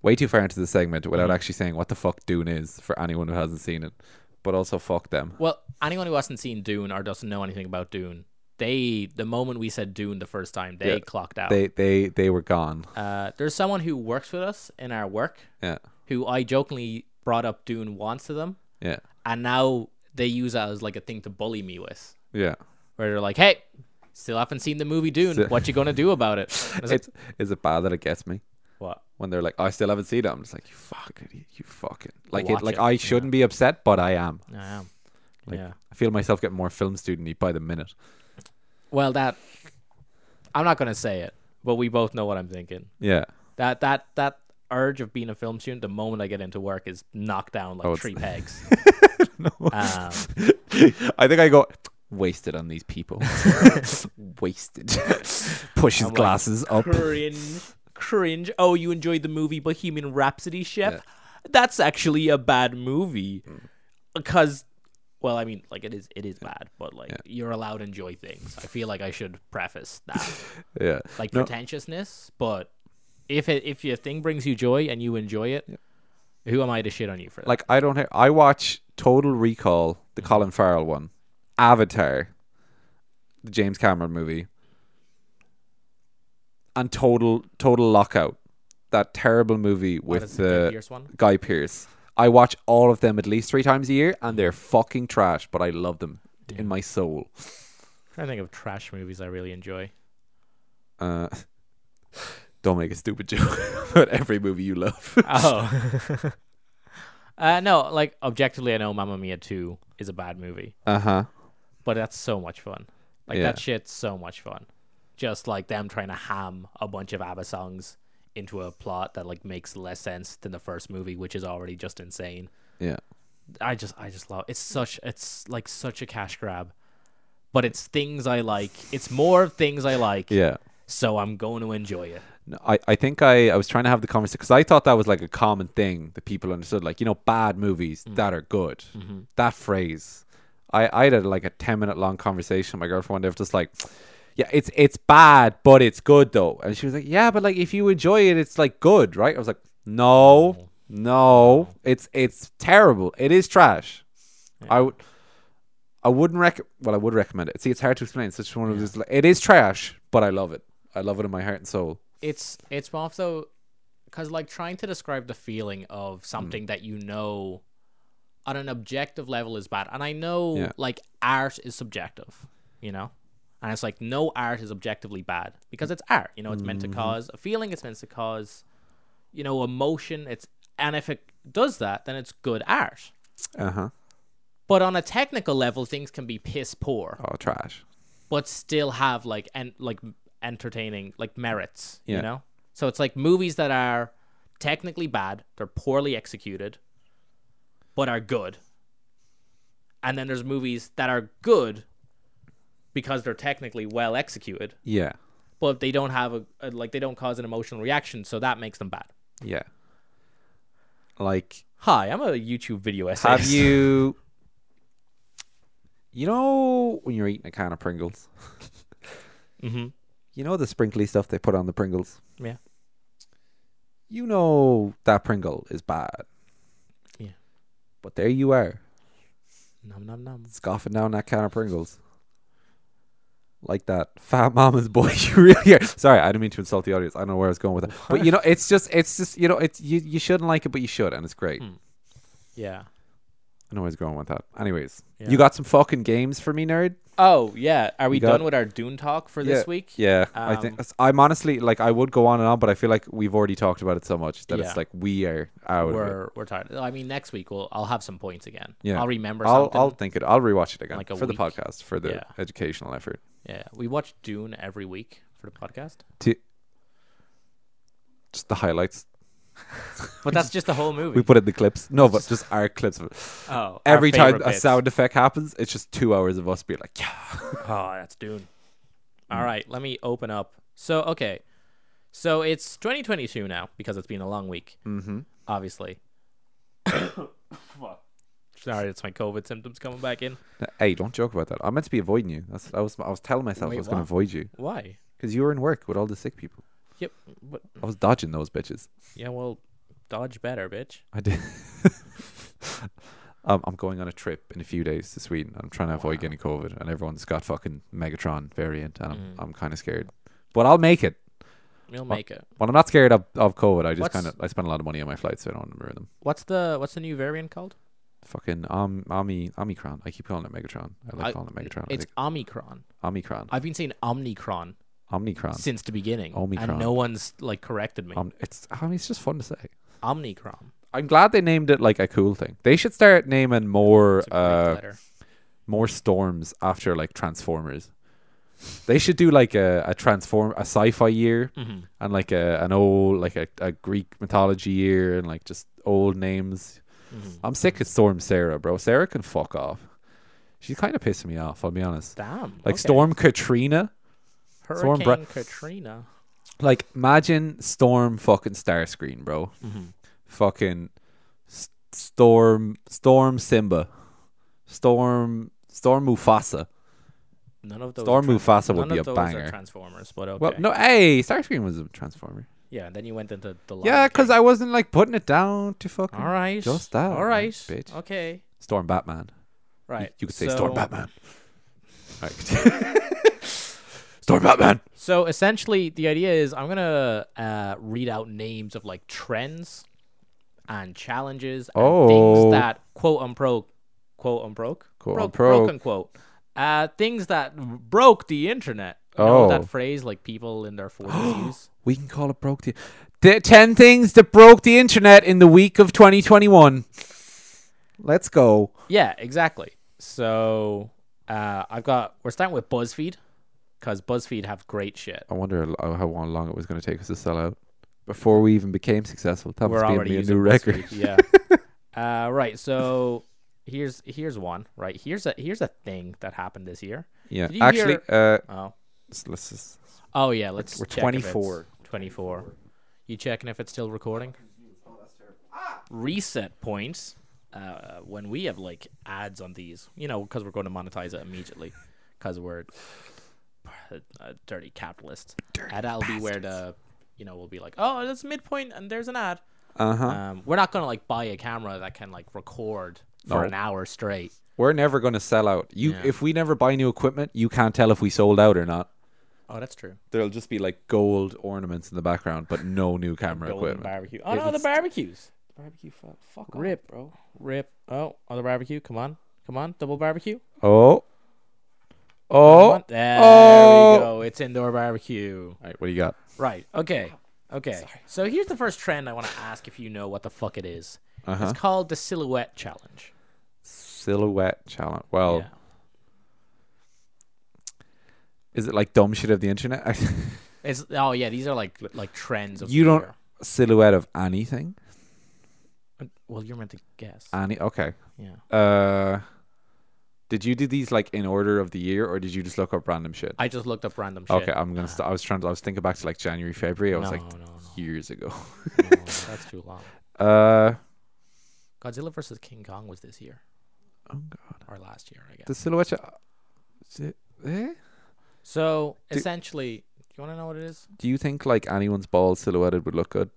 [SPEAKER 2] way too far into the segment without actually saying what the fuck Dune is for anyone who hasn't seen it. But also, fuck them.
[SPEAKER 1] Well, anyone who hasn't seen Dune or doesn't know anything about Dune, they the moment we said Dune the first time, they
[SPEAKER 2] Yeah.
[SPEAKER 1] clocked out.
[SPEAKER 2] They they they were gone.
[SPEAKER 1] uh, there's someone who works with us in our work
[SPEAKER 2] Yeah,
[SPEAKER 1] who I jokingly brought up Dune once to them.
[SPEAKER 2] yeah,
[SPEAKER 1] and now they use that as like a thing to bully me with,
[SPEAKER 2] yeah.
[SPEAKER 1] where they're like, "Hey, still haven't seen the movie Dune. What you gonna do about it?" And I was like,
[SPEAKER 2] It's, is it bad that it gets me
[SPEAKER 1] what?
[SPEAKER 2] when they're like, "I still haven't seen it"? I'm just like, "You fucking, idiot, you fucking." Like
[SPEAKER 1] Watch
[SPEAKER 2] it, like
[SPEAKER 1] it.
[SPEAKER 2] I
[SPEAKER 1] Yeah.
[SPEAKER 2] shouldn't be upset, but I am.
[SPEAKER 1] I am.
[SPEAKER 2] Like,
[SPEAKER 1] yeah.
[SPEAKER 2] I feel myself getting more film studenty by the minute.
[SPEAKER 1] Well, that I'm not gonna say it, but we both know what I'm thinking.
[SPEAKER 2] Yeah.
[SPEAKER 1] That that that urge of being a film student, the moment I get into work, is knocked down like
[SPEAKER 2] Oh,
[SPEAKER 1] three
[SPEAKER 2] it's-
[SPEAKER 1] pegs.
[SPEAKER 2] No.
[SPEAKER 1] Um,
[SPEAKER 2] I think I got wasted on these people. wasted. Pushes
[SPEAKER 1] I'm like,
[SPEAKER 2] glasses up.
[SPEAKER 1] cringe, cringe. Oh, you enjoyed the movie Bohemian Rhapsody, chef? That's actually a bad movie
[SPEAKER 2] Mm.
[SPEAKER 1] because, well, I mean, like it is, it is bad, but like you're allowed to enjoy things. I feel like I should preface that,
[SPEAKER 2] Yeah.
[SPEAKER 1] like
[SPEAKER 2] No.
[SPEAKER 1] pretentiousness, but if it, if your thing brings you joy and you enjoy it, who am I to shit on you for that?
[SPEAKER 2] Like I don't have, I watch Total Recall, the Colin Farrell one, Avatar, the James Cameron movie, and Total Total Lockout, that terrible movie with
[SPEAKER 1] that's the Guy
[SPEAKER 2] the
[SPEAKER 1] Pearce one?
[SPEAKER 2] Guy Pearce. I watch all of them at least three times a year, and they're fucking trash. But I love them in my soul.
[SPEAKER 1] I'm trying to think of trash movies I really enjoy.
[SPEAKER 2] Uh, don't make a stupid joke about every movie you love.
[SPEAKER 1] Oh. Uh, no, like objectively, I know Mamma Mia 2 is a bad movie.
[SPEAKER 2] Uh huh.
[SPEAKER 1] but that's so much fun. Like
[SPEAKER 2] Yeah.
[SPEAKER 1] that shit's so much fun. Just like them trying to ham a bunch of ABBA songs into a plot that like makes less sense than the first movie, which is already just insane.
[SPEAKER 2] Yeah.
[SPEAKER 1] I just I just love it's such it's like such a cash grab. But it's things I like. It's more of things I like.
[SPEAKER 2] Yeah.
[SPEAKER 1] So I'm going to enjoy it.
[SPEAKER 2] No, I, I think I, I was trying to have the conversation because I thought that was like a common thing that people understood, like, you know, bad movies that are good. That phrase. I, I had a, like a 10 minute long conversation with my girlfriend one day of just like, yeah, it's it's bad, but it's good though. And she was like, yeah, but like if you enjoy it, it's like good, right? I was like, no, no, it's it's terrible. It is trash. I would. I wouldn't rec. Well, I would recommend it. See, it's hard to explain. It's just one of those. Like, it is trash, but I love it. I love it in my heart and soul.
[SPEAKER 1] it's it's one of those because like trying to describe the feeling of something that you know on an objective level is bad and i know
[SPEAKER 2] Yeah.
[SPEAKER 1] like art is subjective you know and it's like no art is objectively bad because it's art you know it's meant to cause a feeling it's meant to cause you know emotion it's and if it does that then it's good art
[SPEAKER 2] Uh huh.
[SPEAKER 1] But on a technical level, things can be piss poor,
[SPEAKER 2] Oh, trash.
[SPEAKER 1] but still have like and like entertaining like merits.
[SPEAKER 2] Yeah.
[SPEAKER 1] You know. So it's like movies that are technically bad, they're poorly executed, but are good. And then there's movies that are good because they're technically well executed,
[SPEAKER 2] Yeah.
[SPEAKER 1] but they don't have a, a like they don't cause an emotional reaction, so that makes them bad.
[SPEAKER 2] Yeah. Like,
[SPEAKER 1] Hi, I'm a YouTube video essayist.
[SPEAKER 2] have you. You know, when you're eating a can of Pringles, Mm-hmm.
[SPEAKER 1] Mhm.
[SPEAKER 2] you know the sprinkly stuff they put on the Pringles?
[SPEAKER 1] Yeah.
[SPEAKER 2] You know that Pringle is bad.
[SPEAKER 1] Yeah.
[SPEAKER 2] But there you are,
[SPEAKER 1] Nom nom nom.
[SPEAKER 2] scoffing down that can of Pringles. Like that fat mama's boy you really are. Sorry, I didn't mean to insult the audience. I don't know where I was going with it. But you know, it's just it's just you know, it's you, you shouldn't like it but you should and it's great.
[SPEAKER 1] Yeah.
[SPEAKER 2] I know where I was going with that. Anyways,
[SPEAKER 1] Yeah.
[SPEAKER 2] you got some fucking games for me, nerd.
[SPEAKER 1] Oh yeah. Are we
[SPEAKER 2] got-
[SPEAKER 1] done with our Dune talk for this
[SPEAKER 2] yeah,
[SPEAKER 1] week?
[SPEAKER 2] Yeah, I think
[SPEAKER 1] Um,
[SPEAKER 2] I'm honestly like I would go on and on, but I feel like we've already talked about it so much that
[SPEAKER 1] Yeah.
[SPEAKER 2] it's like we are out. of it.
[SPEAKER 1] We're we're tired. I mean, next week we'll I'll have some points again.
[SPEAKER 2] Yeah.
[SPEAKER 1] I'll remember
[SPEAKER 2] I'll
[SPEAKER 1] something.
[SPEAKER 2] I'll think it. I'll rewatch it again
[SPEAKER 1] Like a
[SPEAKER 2] for
[SPEAKER 1] week.
[SPEAKER 2] the podcast for the
[SPEAKER 1] Yeah.
[SPEAKER 2] educational effort.
[SPEAKER 1] Yeah. We watch Dune every week for the podcast,
[SPEAKER 2] To just the highlights.
[SPEAKER 1] but that's just the whole movie.
[SPEAKER 2] We put in the clips. No, but just our clips of it.
[SPEAKER 1] oh, our
[SPEAKER 2] Every time
[SPEAKER 1] favorite
[SPEAKER 2] a
[SPEAKER 1] bits.
[SPEAKER 2] sound effect happens, it's just two hours of us being like, yeah.
[SPEAKER 1] Oh, that's Dune. All right, let me open up. So, okay. So it's 2022 now because it's been a long week. Mm-hmm. Obviously. Sorry, it's my COVID symptoms coming back in.
[SPEAKER 2] Hey, don't joke about that. I meant to be avoiding you. That's I was I was telling myself
[SPEAKER 1] Wait,
[SPEAKER 2] I was going to
[SPEAKER 1] what?
[SPEAKER 2] avoid you
[SPEAKER 1] Why?
[SPEAKER 2] because you were in work with all the sick people.
[SPEAKER 1] Yep. But,
[SPEAKER 2] I was dodging those bitches.
[SPEAKER 1] yeah, well, dodge better, bitch.
[SPEAKER 2] I did. um, I'm going on a trip in a few days to Sweden. I'm trying to avoid getting COVID, and everyone's got fucking Megatron variant, and I'm,
[SPEAKER 1] Mm.
[SPEAKER 2] I'm kind of scared. But I'll make it.
[SPEAKER 1] We'll make it.
[SPEAKER 2] Well, I'm not scared of, of COVID. I just
[SPEAKER 1] What's-
[SPEAKER 2] kind of I spent a lot of money on my flights, so I don't want to ruin them.
[SPEAKER 1] What's the what's the new variant called?
[SPEAKER 2] Fucking um, Omi, Omicron. I keep calling it Megatron. I like
[SPEAKER 1] I-
[SPEAKER 2] calling it Megatron. I
[SPEAKER 1] It's
[SPEAKER 2] think
[SPEAKER 1] Omicron.
[SPEAKER 2] Omicron.
[SPEAKER 1] I've been saying Omnicron
[SPEAKER 2] Omnicron.
[SPEAKER 1] since the beginning,
[SPEAKER 2] Um, Omicron. Um,
[SPEAKER 1] and no one's like corrected me.
[SPEAKER 2] Om- it's I mean, it's just fun to say.
[SPEAKER 1] Omnicron.
[SPEAKER 2] I'm glad they named it like a cool thing. They should start naming more
[SPEAKER 1] It's a great
[SPEAKER 2] uh,
[SPEAKER 1] letter.
[SPEAKER 2] more storms after like Transformers. They should do like a, a transform a sci-fi year
[SPEAKER 1] Mm-hmm.
[SPEAKER 2] and like a an old like a, a Greek mythology year and like just old names.
[SPEAKER 1] Mm-hmm.
[SPEAKER 2] I'm sick of Storm Sarah, bro. Sarah can fuck off. She's kind of pissing me off. I'll be honest.
[SPEAKER 1] Damn.
[SPEAKER 2] Like
[SPEAKER 1] okay.
[SPEAKER 2] Storm Katrina.
[SPEAKER 1] Hurricane
[SPEAKER 2] Storm Bra-
[SPEAKER 1] Katrina.
[SPEAKER 2] Like imagine Storm fucking Starscreen, bro.
[SPEAKER 1] Mm-hmm.
[SPEAKER 2] Fucking S- Storm Storm Simba, Storm Storm Mufasa.
[SPEAKER 1] None of those.
[SPEAKER 2] Storm
[SPEAKER 1] are
[SPEAKER 2] Mufasa would
[SPEAKER 1] none
[SPEAKER 2] be
[SPEAKER 1] of
[SPEAKER 2] a
[SPEAKER 1] those
[SPEAKER 2] banger.
[SPEAKER 1] Are Transformers, but okay.
[SPEAKER 2] Well, no, hey, Starscreen was a transformer.
[SPEAKER 1] Yeah, then you went into the. Lion
[SPEAKER 2] Yeah, because
[SPEAKER 1] King.
[SPEAKER 2] I wasn't like putting it down to fucking.
[SPEAKER 1] All right.
[SPEAKER 2] just that,
[SPEAKER 1] All right.
[SPEAKER 2] bitch.
[SPEAKER 1] Okay.
[SPEAKER 2] Storm Batman.
[SPEAKER 1] Right.
[SPEAKER 2] You could say
[SPEAKER 1] so,
[SPEAKER 2] Storm Batman. Right. Storm Batman.
[SPEAKER 1] So essentially, the idea is I'm gonna uh, read out names of like trends and challenges and
[SPEAKER 2] Oh.
[SPEAKER 1] things that quote unquote, quote unquote,
[SPEAKER 2] Quote
[SPEAKER 1] broke,
[SPEAKER 2] unquote.
[SPEAKER 1] broke unquote, uh, things that broke the internet. You know
[SPEAKER 2] Oh.
[SPEAKER 1] that phrase like people in their 40s use.
[SPEAKER 2] We can call it broke the. the ten things that broke the internet in the week of 2021. Let's go.
[SPEAKER 1] Yeah, exactly. So uh, I've got we're starting with BuzzFeed because BuzzFeed have great shit.
[SPEAKER 2] I wonder l- uh, how long it was going to take us to sell out before we even became successful. That
[SPEAKER 1] we're
[SPEAKER 2] must
[SPEAKER 1] already
[SPEAKER 2] be a
[SPEAKER 1] using
[SPEAKER 2] new record.
[SPEAKER 1] BuzzFeed, Yeah. uh, right. So here's here's one. Right. Here's a here's a thing that happened this year.
[SPEAKER 2] Yeah,
[SPEAKER 1] Did you
[SPEAKER 2] actually,
[SPEAKER 1] hear-
[SPEAKER 2] uh,
[SPEAKER 1] Oh.
[SPEAKER 2] let's, let's just.
[SPEAKER 1] Oh yeah. Let's.
[SPEAKER 2] We're
[SPEAKER 1] check if it's-
[SPEAKER 2] 24.
[SPEAKER 1] 24. You checking if it's still recording? Reset points. Uh, when we have like ads on these, you know, because we're going to monetize it immediately, because we're a dirty capitalist. and that'll be where the, you know, we'll be like, oh, that's midpoint, and there's an ad.
[SPEAKER 2] Uh huh.
[SPEAKER 1] Um, we're not gonna like buy a camera that can like record for
[SPEAKER 2] No.
[SPEAKER 1] an hour straight.
[SPEAKER 2] We're never going to sell out. You,
[SPEAKER 1] Yeah.
[SPEAKER 2] if we never buy new equipment, you can't tell if we sold out or not.
[SPEAKER 1] Oh, that's true.
[SPEAKER 2] There'll just be like gold ornaments in the background, but no new camera
[SPEAKER 1] Golden
[SPEAKER 2] equipment.
[SPEAKER 1] barbecue. Oh no, the barbecues.
[SPEAKER 2] barbecue, fuck, fuck
[SPEAKER 1] Rip, bro. Rip. Oh, other barbecue. Come on, come on. Double barbecue.
[SPEAKER 2] Oh,
[SPEAKER 1] Come
[SPEAKER 2] oh.
[SPEAKER 1] on. There
[SPEAKER 2] Oh.
[SPEAKER 1] we go. It's indoor barbecue.
[SPEAKER 2] All right, what do you got?
[SPEAKER 1] Right. Okay. Okay. So here's the first
[SPEAKER 2] Uh-huh.
[SPEAKER 1] trend I want to ask if you know what the fuck it is. It's called the silhouette challenge.
[SPEAKER 2] silhouette challenge. Well,
[SPEAKER 1] Yeah.
[SPEAKER 2] is it like dumb shit of the internet?
[SPEAKER 1] It's oh yeah, these are like like trends of
[SPEAKER 2] You
[SPEAKER 1] the
[SPEAKER 2] don't-
[SPEAKER 1] year.
[SPEAKER 2] silhouette of anything?
[SPEAKER 1] Uh, Well, you're meant to guess.
[SPEAKER 2] Any? Okay.
[SPEAKER 1] yeah.
[SPEAKER 2] Uh, did you do these like in order of the year, or did you just look up random shit?
[SPEAKER 1] I just looked up random shit.
[SPEAKER 2] okay, I'm gonna. St- I was trying. To, I was thinking back to like January, February.
[SPEAKER 1] No,
[SPEAKER 2] I was
[SPEAKER 1] no,
[SPEAKER 2] like
[SPEAKER 1] no,
[SPEAKER 2] years ago.
[SPEAKER 1] no, that's too long.
[SPEAKER 2] Uh,
[SPEAKER 1] Godzilla versus King Kong was this year
[SPEAKER 2] oh god,
[SPEAKER 1] or last year, I guess.
[SPEAKER 2] the silhouette. cha- Is it- eh?
[SPEAKER 1] So
[SPEAKER 2] Do-
[SPEAKER 1] essentially, do you want to know what it is?
[SPEAKER 2] Do you think like anyone's balls silhouetted would look good?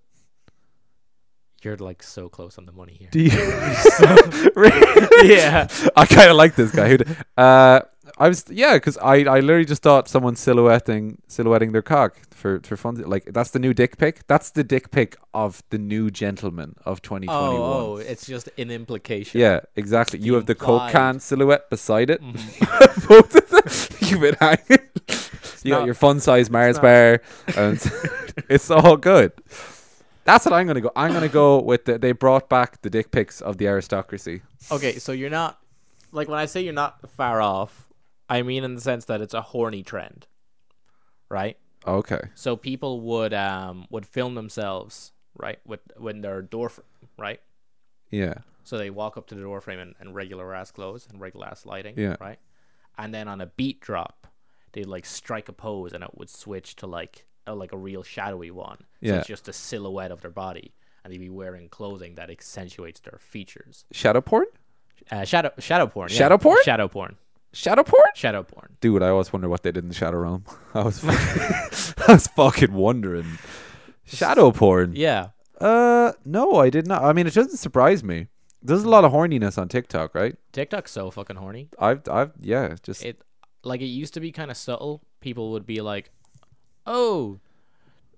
[SPEAKER 1] You're like so close on the money here.
[SPEAKER 2] Do you? yeah,
[SPEAKER 1] Oh,
[SPEAKER 2] I kind of like this guy. Who? d- Uh, I was yeah, because I I literally just thought someone silhouetting silhouetting their cock for for fun. Like that's the new dick pic. That's the dick pic of the new gentleman of 2021.
[SPEAKER 1] Oh, oh, it's just an implication.
[SPEAKER 2] Yeah, exactly. You have the Coke
[SPEAKER 1] implied-
[SPEAKER 2] can silhouette beside it.
[SPEAKER 1] Mhm.
[SPEAKER 2] Both of them. You've been hanging. You
[SPEAKER 1] not-
[SPEAKER 2] got your fun size Mars
[SPEAKER 1] not-
[SPEAKER 2] bar, and it's- it's all good. That's what I'm gonna go. I'm gonna go with the, they brought back the dick pics of the aristocracy.
[SPEAKER 1] Okay, so you're not like when I say you're not far off, I mean in the sense that it's a horny trend, right?
[SPEAKER 2] Okay.
[SPEAKER 1] So people would um would film themselves right with when their door fr- right.
[SPEAKER 2] Yeah.
[SPEAKER 1] So they walk up to the door frame in, in regular ass clothes and regular ass lighting,
[SPEAKER 2] Yeah.
[SPEAKER 1] right? And then on a beat drop, they'd like strike a pose and it would switch to like a, like a real shadowy one. So
[SPEAKER 2] Yeah.
[SPEAKER 1] it's just a silhouette of their body and they'd be wearing clothing that accentuates their features.
[SPEAKER 2] Shadow porn.
[SPEAKER 1] Uh, shadow shadow porn. yeah.
[SPEAKER 2] Shadow porn?
[SPEAKER 1] Shadow porn.
[SPEAKER 2] Shadow porn.
[SPEAKER 1] Shadow porn.
[SPEAKER 2] Dude, I always wonder what they did in the Shadow Realm. I was, fucking, I was fucking wondering. Shadow porn.
[SPEAKER 1] Yeah.
[SPEAKER 2] Uh, no, I did not. I mean, it doesn't surprise me. There's a lot of horniness on TikTok, right?
[SPEAKER 1] TikTok's so fucking horny.
[SPEAKER 2] I've, I've, yeah, just
[SPEAKER 1] It like it used to be kind of subtle. People would be like, "Oh,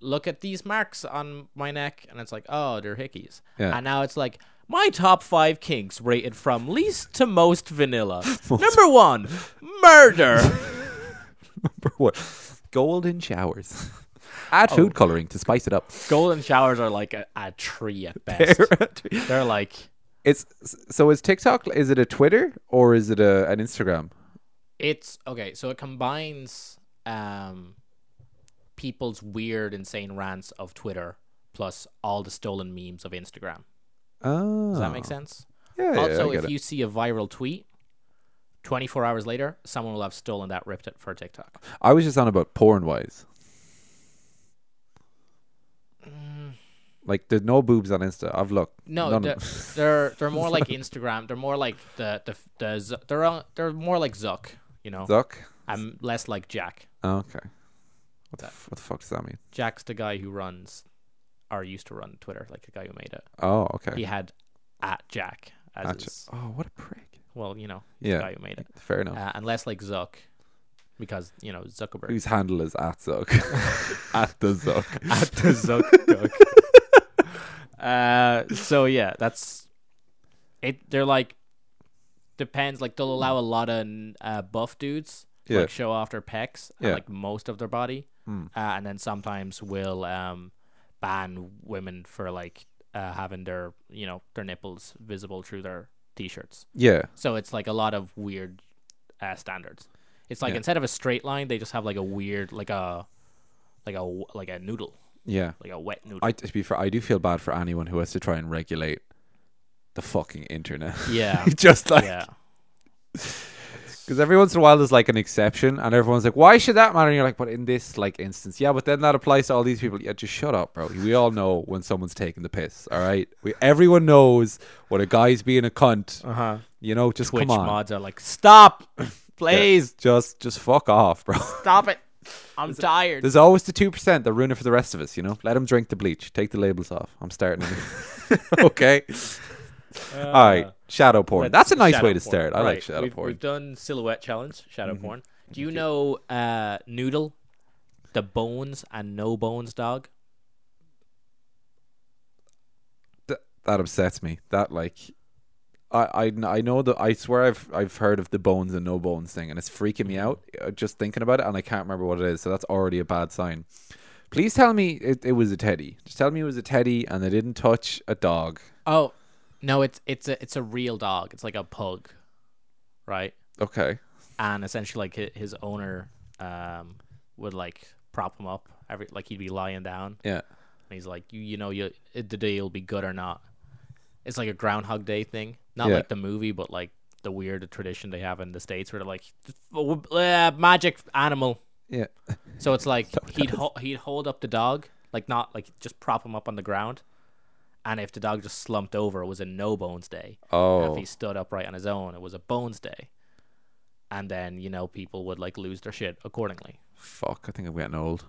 [SPEAKER 1] look at these marks on my neck," and it's like, "Oh, they're hickeys."
[SPEAKER 2] Yeah.
[SPEAKER 1] And now it's like my top five kinks rated from least to most vanilla. Number one, murder.
[SPEAKER 2] number one. Golden showers.
[SPEAKER 1] Oh.
[SPEAKER 2] Add food coloring to spice it up.
[SPEAKER 1] Golden showers are like a, a tree at best. They're like
[SPEAKER 2] it's so is TikTok is it a Twitter or is it a an Instagram?
[SPEAKER 1] it's okay so it combines um people's weird insane rants of twitter plus all the stolen memes of instagram
[SPEAKER 2] Oh,
[SPEAKER 1] does that make sense
[SPEAKER 2] Yeah,
[SPEAKER 1] also
[SPEAKER 2] yeah, I get
[SPEAKER 1] if
[SPEAKER 2] it.
[SPEAKER 1] you see a viral tweet 24 hours later someone will have stolen that ripped it for tiktok
[SPEAKER 2] I was just on about porn wise.
[SPEAKER 1] Mm.
[SPEAKER 2] Like there's no boobs on Insta. I've looked.
[SPEAKER 1] no
[SPEAKER 2] None
[SPEAKER 1] they're,
[SPEAKER 2] of-
[SPEAKER 1] they're they're more like instagram they're more like the the, the Z- they're all, they're more like zuck you know
[SPEAKER 2] Zuck.
[SPEAKER 1] i'm less like jack
[SPEAKER 2] Oh, okay. What the, f- what the fuck does that mean?
[SPEAKER 1] jack's the guy who runs or used to run twitter like the guy who made it
[SPEAKER 2] Oh, okay.
[SPEAKER 1] he had at jack as
[SPEAKER 2] Gotcha.
[SPEAKER 1] his
[SPEAKER 2] Oh, what a prick.
[SPEAKER 1] well, you know, yeah.
[SPEAKER 2] Yeah.
[SPEAKER 1] the guy who made it.
[SPEAKER 2] Fair enough.
[SPEAKER 1] Uh, and less like Zuck, because, you know, Zuckerberg.
[SPEAKER 2] Whose handle is at Zuck? at the Zuck.
[SPEAKER 1] At the Zuck Uh, so, yeah, that's. it. They're like. Depends. Like, they'll allow a lot of uh, buff dudes to,
[SPEAKER 2] Yeah.
[SPEAKER 1] like, show off their pecs, and,
[SPEAKER 2] Yeah.
[SPEAKER 1] like, most of their body.
[SPEAKER 2] Hmm.
[SPEAKER 1] Uh, and then sometimes will um, ban women for, like, uh, having their, you know, their nipples visible through their t shirts.
[SPEAKER 2] Yeah.
[SPEAKER 1] So it's like a lot of weird uh, standards. It's like
[SPEAKER 2] Yeah.
[SPEAKER 1] instead of a straight line, they just have like a weird, like a, like a, w- like a noodle,
[SPEAKER 2] Yeah.
[SPEAKER 1] like a wet noodle.
[SPEAKER 2] I to be fair, I do feel bad for anyone who has to try and regulate the fucking internet.
[SPEAKER 1] yeah,
[SPEAKER 2] Just like
[SPEAKER 1] yeah,
[SPEAKER 2] because every once in a while there's like an exception, and everyone's like, "Why should that matter?" And you're like, "But in this like instance, yeah, but then that applies to all these people." Yeah, just shut up, bro. We all know when someone's taking the piss. All right, we everyone knows when a guy's being a cunt.
[SPEAKER 1] uh huh.
[SPEAKER 2] You know, just
[SPEAKER 1] Twitch
[SPEAKER 2] come on,
[SPEAKER 1] mods are like, stop, please,
[SPEAKER 2] just just fuck off, bro.
[SPEAKER 1] stop it. I'm tired.
[SPEAKER 2] There's always the two percent that ruin it for the rest of us. You know, let them drink the bleach, take the labels off. I'm starting. a new- okay. All right, shadow porn. That's a nice
[SPEAKER 1] Uh, Shadow
[SPEAKER 2] way to
[SPEAKER 1] porn. Mm-hmm.
[SPEAKER 2] start. I like
[SPEAKER 1] Right.
[SPEAKER 2] shadow
[SPEAKER 1] we've,
[SPEAKER 2] porn.
[SPEAKER 1] We've done silhouette challenge, shadow porn. Do you know uh, Noodle, the bones and no bones dog?
[SPEAKER 2] Th- that upsets me. That like, I, I kn- I know that I swear I've I've heard of the bones and no bones thing, and it's freaking me out uh, just thinking about it, and I can't remember what it is. So that's already a bad sign. Please tell me it, it was a teddy. Just tell me it was a teddy, and they didn't touch a dog.
[SPEAKER 1] Oh, no, it's it's a it's a real dog. It's like a pug. right?
[SPEAKER 2] Okay.
[SPEAKER 1] And essentially, like hi- his owner um, would like prop him up every like he'd be lying down,
[SPEAKER 2] Yeah.
[SPEAKER 1] and he's like, you you know, you it- the day will be good or not. It's like a Groundhog Day thing, not
[SPEAKER 2] Yeah.
[SPEAKER 1] like the movie, but like the weird tradition they have in the states where they're like uh, magic animal.
[SPEAKER 2] Yeah.
[SPEAKER 1] So it's like he'd ho- he'd hold up the dog, like not like just prop him up on the ground, and if the dog just slumped over, it was a no bones day. And
[SPEAKER 2] Oh.
[SPEAKER 1] If he stood upright on his own, it was a bones day. And then you know people would like lose their shit accordingly.
[SPEAKER 2] Fuck, I think I'm getting old.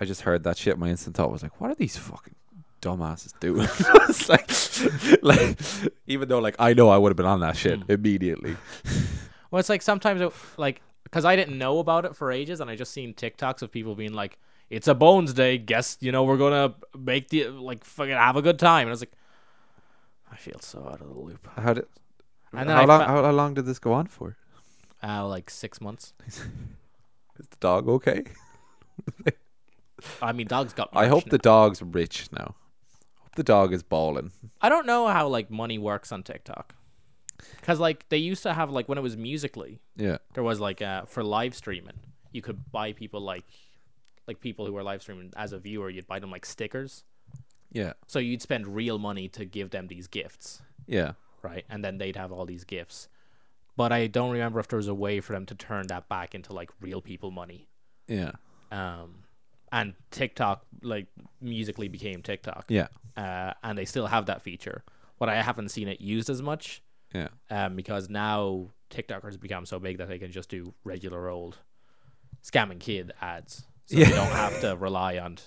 [SPEAKER 2] I just heard that shit. My instant thought was like, what are these fucking dumbasses doing? it's like, like, even though, like, I know I would have been on that shit immediately.
[SPEAKER 1] Well, it's like sometimes it, like because I didn't know about it for ages, and I just seen TikToks of people being like, "It's a bones day. Guess you know we're gonna make the like fucking have a good time." And I was like, I feel so out of the loop.
[SPEAKER 2] How did.
[SPEAKER 1] And then
[SPEAKER 2] how,
[SPEAKER 1] I
[SPEAKER 2] long,
[SPEAKER 1] fa-
[SPEAKER 2] how, how long did this go on for?
[SPEAKER 1] Uh, like six months.
[SPEAKER 2] Is the dog okay?
[SPEAKER 1] I mean, dogs got. me
[SPEAKER 2] I hope
[SPEAKER 1] rich
[SPEAKER 2] the dog's rich now. Hope the dog is balling.
[SPEAKER 1] I don't know how like money works on TikTok. Cuz like they used to have like when it was musically,
[SPEAKER 2] Yeah.
[SPEAKER 1] there was like uh for live streaming, you could buy people like like people who were live streaming as a viewer, you'd buy them like stickers.
[SPEAKER 2] Yeah.
[SPEAKER 1] So you'd spend real money to give them these gifts,
[SPEAKER 2] Yeah.
[SPEAKER 1] right? And then they'd have all these gifts. But I don't remember if there was a way for them to turn that back into like real people money.
[SPEAKER 2] Yeah.
[SPEAKER 1] Um and TikTok like musically became TikTok.
[SPEAKER 2] Yeah.
[SPEAKER 1] Uh, and they still have that feature. But I haven't seen it used as much
[SPEAKER 2] Yeah.
[SPEAKER 1] um, because now TikTokers become so big that they can just do regular old scamming kid ads, so
[SPEAKER 2] Yeah.
[SPEAKER 1] they don't have to rely on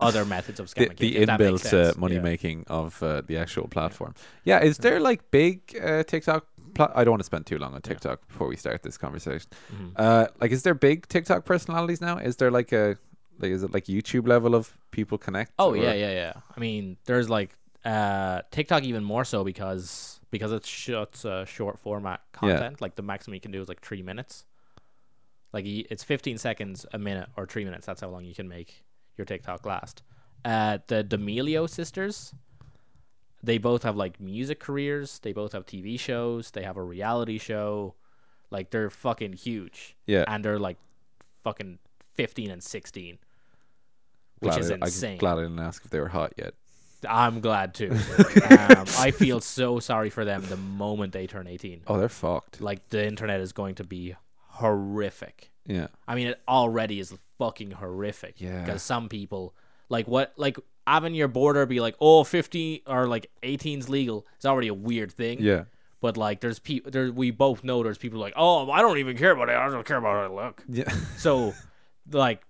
[SPEAKER 1] other methods of
[SPEAKER 2] The,
[SPEAKER 1] scamming
[SPEAKER 2] the
[SPEAKER 1] kids. if that makes
[SPEAKER 2] inbuilt uh,
[SPEAKER 1] sense.
[SPEAKER 2] money
[SPEAKER 1] Yeah. Mm.
[SPEAKER 2] making of uh, the actual platform. Yeah. Is there like big uh, TikTok? Pla- I don't want to spend too long on TikTok before we start this conversation.
[SPEAKER 1] Mm-hmm.
[SPEAKER 2] Uh, like, is there big TikTok personalities now? Is there like a, like, is it like YouTube level of people connect?
[SPEAKER 1] Oh
[SPEAKER 2] or-
[SPEAKER 1] yeah, yeah, yeah. I mean, there's like uh, TikTok even more so because because it's such uh, short format content. Like the maximum you can do is like three minutes. Like y- it's 15 seconds a minute or three minutes. That's how long you can make your TikTok last. Uh, the D'Amelio sisters, they both have like music careers. They both have TV shows. They have a reality show. Like they're fucking huge.
[SPEAKER 2] Yeah.
[SPEAKER 1] and they're like fucking 15 and 16, which
[SPEAKER 2] Glad
[SPEAKER 1] is
[SPEAKER 2] I, I'm
[SPEAKER 1] insane.
[SPEAKER 2] glad I didn't ask if they were hot yet.
[SPEAKER 1] I'm glad too. um, I feel so sorry for them the moment they turn 18.
[SPEAKER 2] Oh, they're fucked.
[SPEAKER 1] Like the internet is going to be horrific.
[SPEAKER 2] Yeah.
[SPEAKER 1] I mean, it already is fucking horrific.
[SPEAKER 2] Yeah.
[SPEAKER 1] Because some people, like what, like having your border be like, oh, 15 or like 18's legal is already a weird thing.
[SPEAKER 2] Yeah.
[SPEAKER 1] But like, there's people, there, we both know there's people like, oh, I don't even care about it. I don't care about how I look.
[SPEAKER 2] Yeah.
[SPEAKER 1] So, like,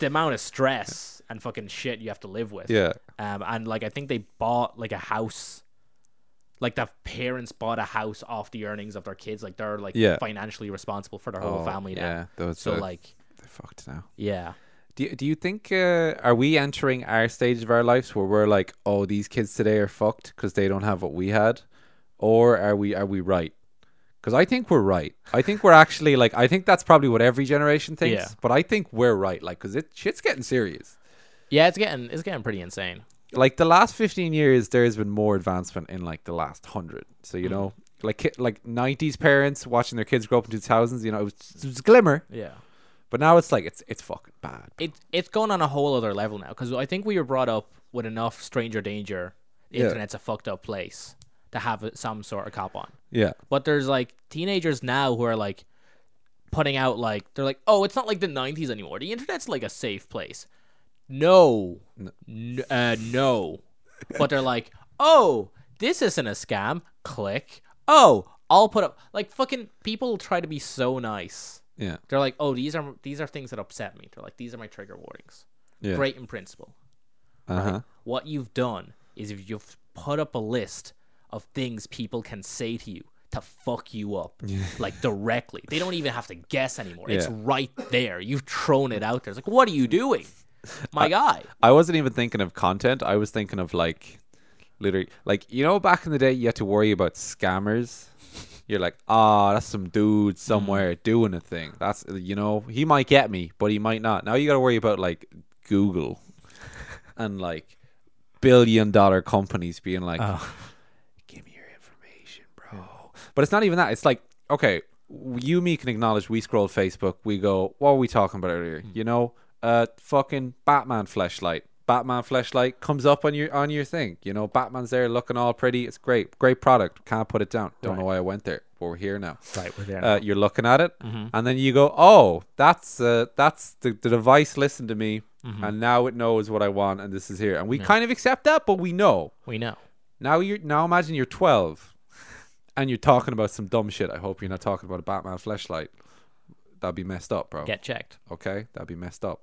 [SPEAKER 1] the amount of stress and fucking shit you have to live with.
[SPEAKER 2] yeah.
[SPEAKER 1] Um, and like I think they bought like a house, like the parents bought a house off the earnings of their kids. Like they're like
[SPEAKER 2] Yeah.
[SPEAKER 1] financially responsible for their
[SPEAKER 2] Oh,
[SPEAKER 1] whole family now.
[SPEAKER 2] Yeah. Those,
[SPEAKER 1] So
[SPEAKER 2] uh,
[SPEAKER 1] like,
[SPEAKER 2] they're fucked now.
[SPEAKER 1] yeah,
[SPEAKER 2] Do you, do you think uh, are we entering our stage of our lives where we're like, oh, these kids today are fucked because they don't have what we had, or are we are we right? Because I think we're right. I think we're actually like I think that's probably what every generation thinks,
[SPEAKER 1] Yeah.
[SPEAKER 2] but I think we're right. Like, because it shit's getting serious.
[SPEAKER 1] yeah, it's getting it's getting pretty insane.
[SPEAKER 2] Like the last fifteen years, there's been more advancement in like the last hundred. So
[SPEAKER 1] Mm.
[SPEAKER 2] you know, like ki- like nineties parents watching their kids grow up in two thousands. You know, it was, it was glimmer,
[SPEAKER 1] Yeah,
[SPEAKER 2] but now it's like it's it's fucking bad.
[SPEAKER 1] it it's going on a whole other level now because I think we were brought up with enough stranger danger. The
[SPEAKER 2] Yeah.
[SPEAKER 1] internet's a fucked up place to have some sort of cop on.
[SPEAKER 2] Yeah,
[SPEAKER 1] But there's like teenagers now who are like putting out like they're like, oh, it's not like the '90s anymore. The internet's like a safe place. No, N- uh, no. but they're like, oh, this isn't a scam. Click. Oh, I'll put up like fucking people try to be so nice.
[SPEAKER 2] yeah,
[SPEAKER 1] They're like, oh, these are these are things that upset me. They're like, these are my trigger warnings.
[SPEAKER 2] yeah.
[SPEAKER 1] Great in principle
[SPEAKER 2] Uh huh.
[SPEAKER 1] what you've done is if you've put up a list of things people can say to you to fuck you up like directly they don't even have to guess anymore it's
[SPEAKER 2] Yeah.
[SPEAKER 1] right there you've thrown it out there it's like what are you doing my guy
[SPEAKER 2] I wasn't even thinking of content. I was thinking of like, literally, like you know, back in the day, you had to worry about scammers. You're like, ah, that's some dude somewhere doing a thing. That's you know, he might get me, but he might not. Now you got to worry about like Google, and like billion dollar Oh. companies being like, give me your information, bro. But it's not even that. It's like okay, you, me can acknowledge we scroll Facebook, we go, what were we talking about earlier? You know, uh, fucking Batman flashlight. Batman flashlight comes up on your on your thing. You know, Batman's there looking all pretty. It's great, great product. Can't put it down. Don't know why I went there, but we're here now.
[SPEAKER 1] Right, we're there.
[SPEAKER 2] Uh, you're looking at it, and then you go, "Oh, that's uh, that's the, the device. Listened to me, and now it knows what I want, and this is here." And we kind of accept that, but we know
[SPEAKER 1] we know.
[SPEAKER 2] now you're now imagine you're 12 and you're talking about some dumb shit. I hope you're not talking about a Batman flashlight. That'd be messed up, bro.
[SPEAKER 1] Get checked.
[SPEAKER 2] okay? That'd be messed up.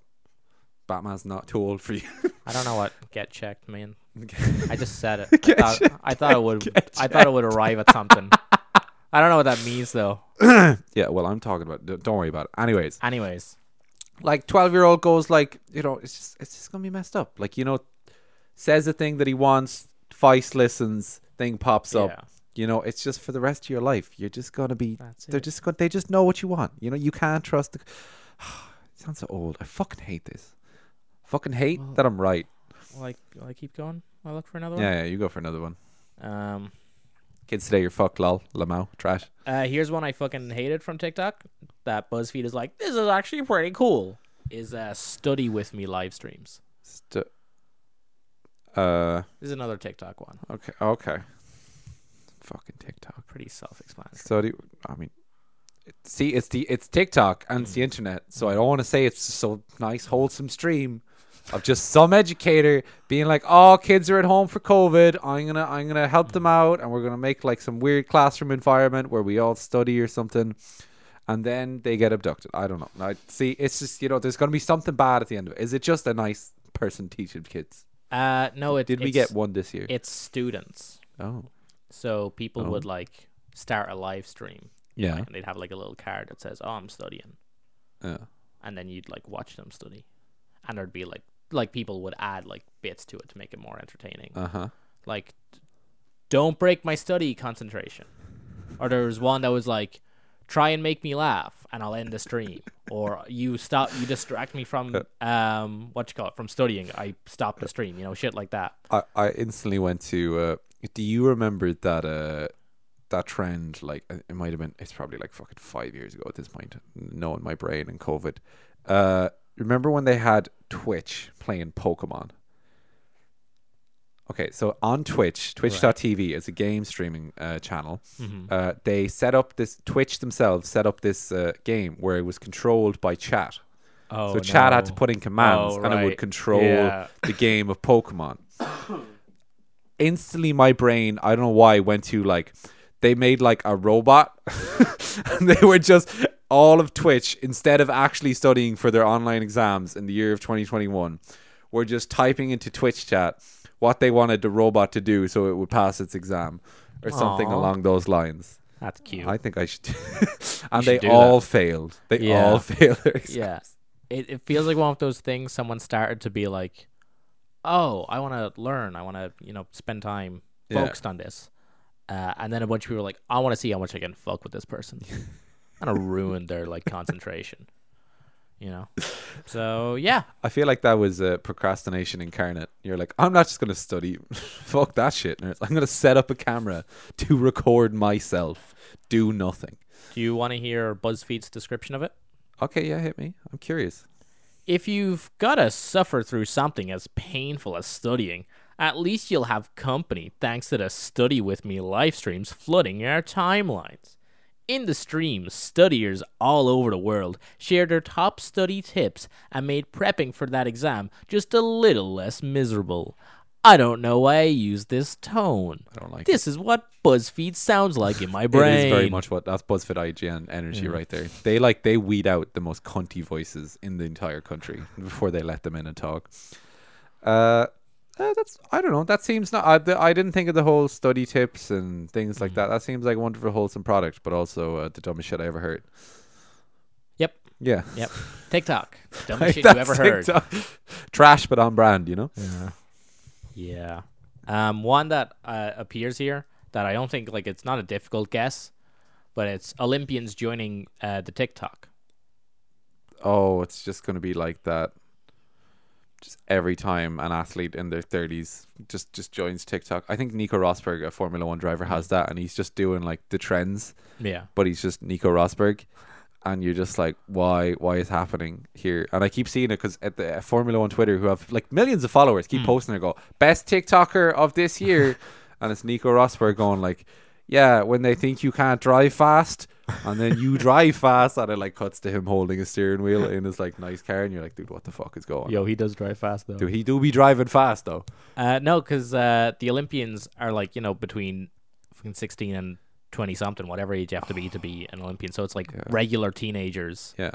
[SPEAKER 2] Batman's not too old for you.
[SPEAKER 1] I don't know what get checked mean. I just said it. I thought, I thought it would. I thought it would arrive at something. I don't know what that means though.
[SPEAKER 2] yeah, well, I'm talking about d- don't worry about it. Anyways,
[SPEAKER 1] Anyways,
[SPEAKER 2] like 12-year-old goes like, you know, it's just it's just going to be messed up. Like, you know, says the thing that he wants, Feist listens, thing pops up.
[SPEAKER 1] Yeah.
[SPEAKER 2] You know, it's just for the rest of your life. You're just going to be
[SPEAKER 1] That's
[SPEAKER 2] they're
[SPEAKER 1] it.
[SPEAKER 2] just going they just know what you want. You know, you can't trust the sounds so old. I fucking hate this. Fucking hate that I'm right.
[SPEAKER 1] like, I keep going. I look for another
[SPEAKER 2] Yeah, yeah, you go for another one.
[SPEAKER 1] one. Um,
[SPEAKER 2] Kids today, you're fucked, lol, lamau, trash.
[SPEAKER 1] uh, here's one I fucking hated from TikTok. That BuzzFeed is like, this is actually pretty cool. Is uh, study with me live streams.
[SPEAKER 2] St- uh,
[SPEAKER 1] This is another TikTok one.
[SPEAKER 2] okay, okay. Fucking TikTok.
[SPEAKER 1] Pretty self-explanatory.
[SPEAKER 2] So do you, I mean, it, see, it's the it's TikTok and it's the internet. So I don't want to say it's so nice, wholesome stream of just some educator being like, "Oh, kids are at home for COVID. I'm gonna I'm gonna help them out, and we're gonna make like some weird classroom environment where we all study or something." And then they get abducted. I don't know. I see. It's just you know, there's gonna be something bad at the end of it. Is it just a nice person teaching kids?
[SPEAKER 1] Uh, no, it
[SPEAKER 2] Did we
[SPEAKER 1] it's-
[SPEAKER 2] get one this year?
[SPEAKER 1] It's students.
[SPEAKER 2] oh,
[SPEAKER 1] So people would like start a live stream.
[SPEAKER 2] Yeah.
[SPEAKER 1] like, and they'd have like a little card that says, "Oh, I'm studying,"
[SPEAKER 2] yeah.
[SPEAKER 1] and then you'd like watch them study, and there'd be like like people would add like bits to it to make it more entertaining.
[SPEAKER 2] Uh huh.
[SPEAKER 1] Like, don't break my study concentration. Or there was one that was like, "Try and make me laugh, and I'll end the stream." or you stop, you distract me from um what you call it from studying. I stop the stream. You know, shit like that.
[SPEAKER 2] I, I instantly went to. Uh, do you remember that uh, that trend? Like uh, it might have been. It's probably like fucking five years ago at this point. Knowing my brain and COVID. Uh, remember when they had Twitch playing Pokemon? Okay, so on Twitch, Twitch.tv is a game streaming uh, channel. Uh, they set up this Twitch themselves set up this uh, game where it was controlled by chat.
[SPEAKER 1] Oh,
[SPEAKER 2] So Chad had to put in commands
[SPEAKER 1] Oh,
[SPEAKER 2] and it would
[SPEAKER 1] right.
[SPEAKER 2] control
[SPEAKER 1] Yeah.
[SPEAKER 2] the game of Pokemon. Instantly, my brain, I don't know why, went to like, they made like a robot and they were just all of Twitch, instead of actually studying for their online exams in the year of 2021, were just typing into Twitch chat what they wanted the robot to do so it would pass its exam or something
[SPEAKER 1] Aw.
[SPEAKER 2] along those lines.
[SPEAKER 1] That's cute.
[SPEAKER 2] I think I should. and they
[SPEAKER 1] do
[SPEAKER 2] all failed. They
[SPEAKER 1] Yeah.
[SPEAKER 2] all failed their exams.
[SPEAKER 1] Yeah. It, it feels like one of those things someone started to be like, oh, I want to learn. I want to, you know, spend time
[SPEAKER 2] Yeah.
[SPEAKER 1] focused on this. Uh, and then a bunch of people were like, I want to see how much I can fuck with this person. and it ruined their, like, concentration. You know? So, yeah.
[SPEAKER 2] I feel like that was uh, procrastination incarnate. You're like, I'm not just gonna study, fuck that shit. nerds. I'm gonna set up a camera to record myself do nothing.
[SPEAKER 1] Do you want to hear BuzzFeed's description of it?
[SPEAKER 2] Okay, yeah, hit me. I'm curious.
[SPEAKER 1] If you've got to suffer through something as painful as studying, at least you'll have company thanks to the Study With Me live streams flooding our timelines. In the streams, studiers all over the world shared their top study tips and made prepping for that exam just a little less miserable. I don't know why I use this tone. I
[SPEAKER 2] don't like
[SPEAKER 1] This is what BuzzFeed sounds like in my brain.
[SPEAKER 2] It is very much what that's BuzzFeed IGN energy right there. They like they weed out the most cunty voices in the entire country before they let them in and talk. Uh, uh, that's I don't know. That seems not. I, the, I didn't think of the whole study tips and things like that. That seems like a wonderful wholesome product, but also uh, the dumbest shit I ever heard.
[SPEAKER 1] Yep,
[SPEAKER 2] Yeah.
[SPEAKER 1] yep. TikTok. Dumbest
[SPEAKER 2] Like,
[SPEAKER 1] shit you
[SPEAKER 2] that's
[SPEAKER 1] ever heard.
[SPEAKER 2] TikTok. Trash, but on brand, you know.
[SPEAKER 1] Yeah. Um, one that uh, appears here that I don't think like it's not a difficult guess, but it's Olympians joining uh, the TikTok.
[SPEAKER 2] Oh, it's just gonna be like that. Just every time an athlete in their 30s just just joins TikTok. I think Nico Rosberg, a Formula 1 driver has that and he's just doing like the trends,
[SPEAKER 1] Yeah.
[SPEAKER 2] but he's just Nico Rosberg and you're just like why why is happening here? And I keep seeing it cuz at the at Formula 1 Twitter who have like millions of followers
[SPEAKER 1] Hmm.
[SPEAKER 2] keep posting and go best TikToker of this year and it's Nico Rosberg going like yeah, when they think you can't drive fast, and then you drive fast, and it like cuts to him holding a steering wheel in his like nice car, and you're like, dude, what the fuck is going? on?
[SPEAKER 3] Yo, he does drive fast though.
[SPEAKER 2] Do he do be driving fast though?
[SPEAKER 1] Uh, no, because uh, the Olympians are like you know between fucking sixteen and twenty something, whatever age you have to be to be an Olympian. So it's like regular teenagers,
[SPEAKER 2] Yeah,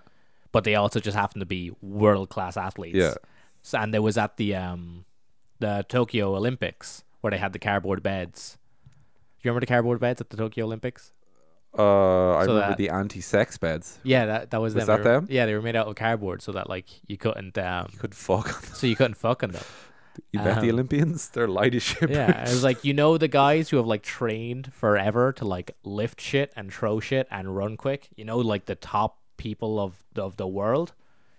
[SPEAKER 1] but they also just happen to be world class athletes.
[SPEAKER 2] Yeah.
[SPEAKER 1] So, and there was at the um, the Tokyo Olympics where they had the cardboard beds. Do you remember the cardboard beds at the Tokyo Olympics?
[SPEAKER 2] uh, I
[SPEAKER 1] So
[SPEAKER 2] remember
[SPEAKER 1] that-
[SPEAKER 2] the anti-sex beds.
[SPEAKER 1] Yeah, that that was,
[SPEAKER 2] Was
[SPEAKER 1] them.
[SPEAKER 2] that
[SPEAKER 1] They were-
[SPEAKER 2] them?
[SPEAKER 1] Yeah, they were made out of cardboard so that like you couldn't um,
[SPEAKER 2] Could fuck.
[SPEAKER 1] so you couldn't fuck on them.
[SPEAKER 2] You bet the
[SPEAKER 1] Um,
[SPEAKER 2] Olympians, they're light as shit.
[SPEAKER 1] Yeah, it was like you know the guys who have like trained forever to like lift shit and throw shit and run quick. You know, like the top people of of the world.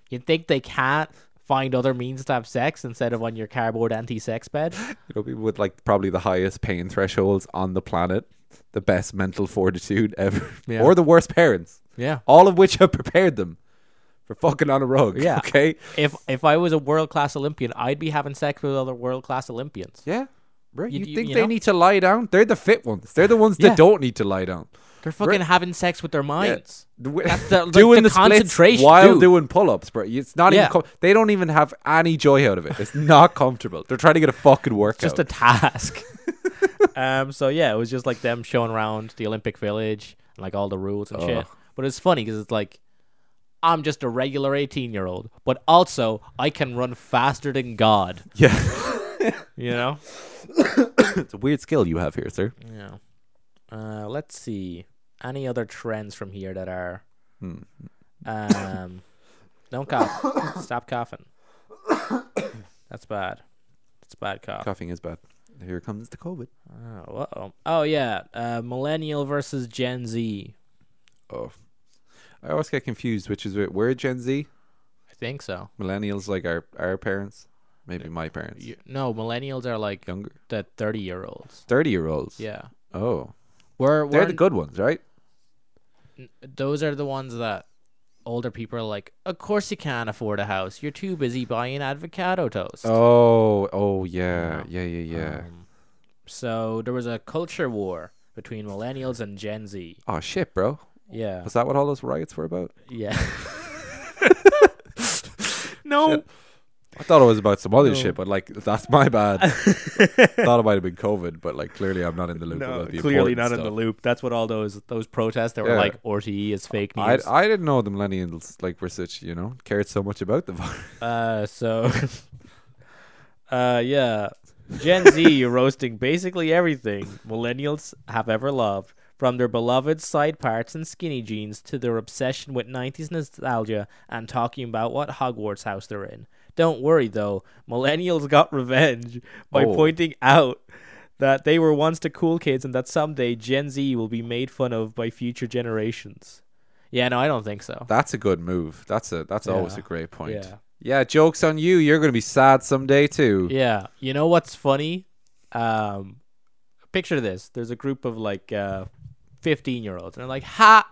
[SPEAKER 1] You think they can't find other means to have sex instead of on your cardboard anti-sex bed?
[SPEAKER 2] You know, people with like probably the highest pain thresholds on the planet, the best mental fortitude ever,
[SPEAKER 1] Yeah.
[SPEAKER 2] or the worst parents,
[SPEAKER 1] Yeah.
[SPEAKER 2] all of which have prepared them for fucking on a rug.
[SPEAKER 1] Yeah.
[SPEAKER 2] Okay.
[SPEAKER 1] If if I was a world class Olympian, I'd be having sex with other world class Olympians.
[SPEAKER 2] Yeah. Bro,
[SPEAKER 1] You-
[SPEAKER 2] you,
[SPEAKER 1] you-
[SPEAKER 2] think
[SPEAKER 1] you
[SPEAKER 2] they
[SPEAKER 1] know?
[SPEAKER 2] need to lie down? They're the fit ones. They're the ones
[SPEAKER 1] Yeah.
[SPEAKER 2] that don't need to lie down.
[SPEAKER 1] They're fucking having sex with their
[SPEAKER 2] Yeah.
[SPEAKER 1] minds.
[SPEAKER 2] Wi-
[SPEAKER 1] That's the- like, the
[SPEAKER 2] doing the, splits
[SPEAKER 1] concentration,
[SPEAKER 2] while
[SPEAKER 1] dude.
[SPEAKER 2] doing pull-ups, bro. It's not
[SPEAKER 1] Yeah.
[SPEAKER 2] even. Com- they don't even have any joy out of it. It's not comfortable. They're trying to get a fucking workout.
[SPEAKER 1] Just a task. um. So yeah, it was just like them showing around the Olympic Village and like all the rules and shit.
[SPEAKER 2] Ugh.
[SPEAKER 1] But it's funny because it's like. I'm just a regular 18 year old, but also I can run faster than God.
[SPEAKER 2] yeah,
[SPEAKER 1] You know?
[SPEAKER 2] it's a weird skill you have here, sir.
[SPEAKER 1] Yeah. Uh, let's see. Any other trends from here that are. Hmm. Um, don't cough. Stop coughing. That's bad. That's a bad cough.
[SPEAKER 2] Coughing is bad. Here comes the COVID.
[SPEAKER 1] Oh, uh-oh. oh yeah. Uh, millennial versus Gen Z.
[SPEAKER 2] Oh, I always get confused, which is weird. we're Gen Z.
[SPEAKER 1] I think so.
[SPEAKER 2] Millennials like our our parents, maybe my parents,
[SPEAKER 1] You- no, millennials are like
[SPEAKER 2] younger,
[SPEAKER 1] the 30 year olds.
[SPEAKER 2] thirty year olds.
[SPEAKER 1] Yeah.
[SPEAKER 2] Oh,
[SPEAKER 1] We're,
[SPEAKER 2] they're
[SPEAKER 1] we're
[SPEAKER 2] the good ones, right?
[SPEAKER 1] those are the ones that older people are like, of course you can't afford a house. You're too busy buying avocado toast.
[SPEAKER 2] Oh, oh yeah, yeah, yeah, yeah.
[SPEAKER 1] Um, so there was a culture war between millennials and Gen Z.
[SPEAKER 2] oh shit, bro.
[SPEAKER 1] Yeah.
[SPEAKER 2] Was that what all those riots were about?
[SPEAKER 1] Yeah. no.
[SPEAKER 2] I thought it was about some other
[SPEAKER 1] No.
[SPEAKER 2] shit, but like that's my bad. thought it might have been COVID, but like clearly I'm not in the loop about the
[SPEAKER 1] clearly
[SPEAKER 2] important
[SPEAKER 1] not in the
[SPEAKER 2] stuff.
[SPEAKER 1] loop. That's what all those those protests that were
[SPEAKER 2] Yeah.
[SPEAKER 1] like RTE is fake news.
[SPEAKER 2] I I didn't know the millennials like were such you know cared so much about the virus.
[SPEAKER 1] uh, so, uh, yeah, Gen Z you're roasting basically everything millennials have ever loved, from their beloved side parts and skinny jeans to their obsession with '90s nostalgia and talking about what Hogwarts house they're in. Don't worry though, millennials got revenge by
[SPEAKER 2] Oh.
[SPEAKER 1] pointing out. That they were once the cool kids, and that someday Gen Z will be made fun of by future generations. Yeah, no, I don't think so.
[SPEAKER 2] That's a good move. That's a that's always
[SPEAKER 1] Yeah.
[SPEAKER 2] a great point.
[SPEAKER 1] Yeah.
[SPEAKER 2] Yeah. jokes on you. You're gonna be sad someday too.
[SPEAKER 1] Yeah. You know what's funny? Um, picture this. There's a group of like uh, 15 year olds, and they're like, Ha!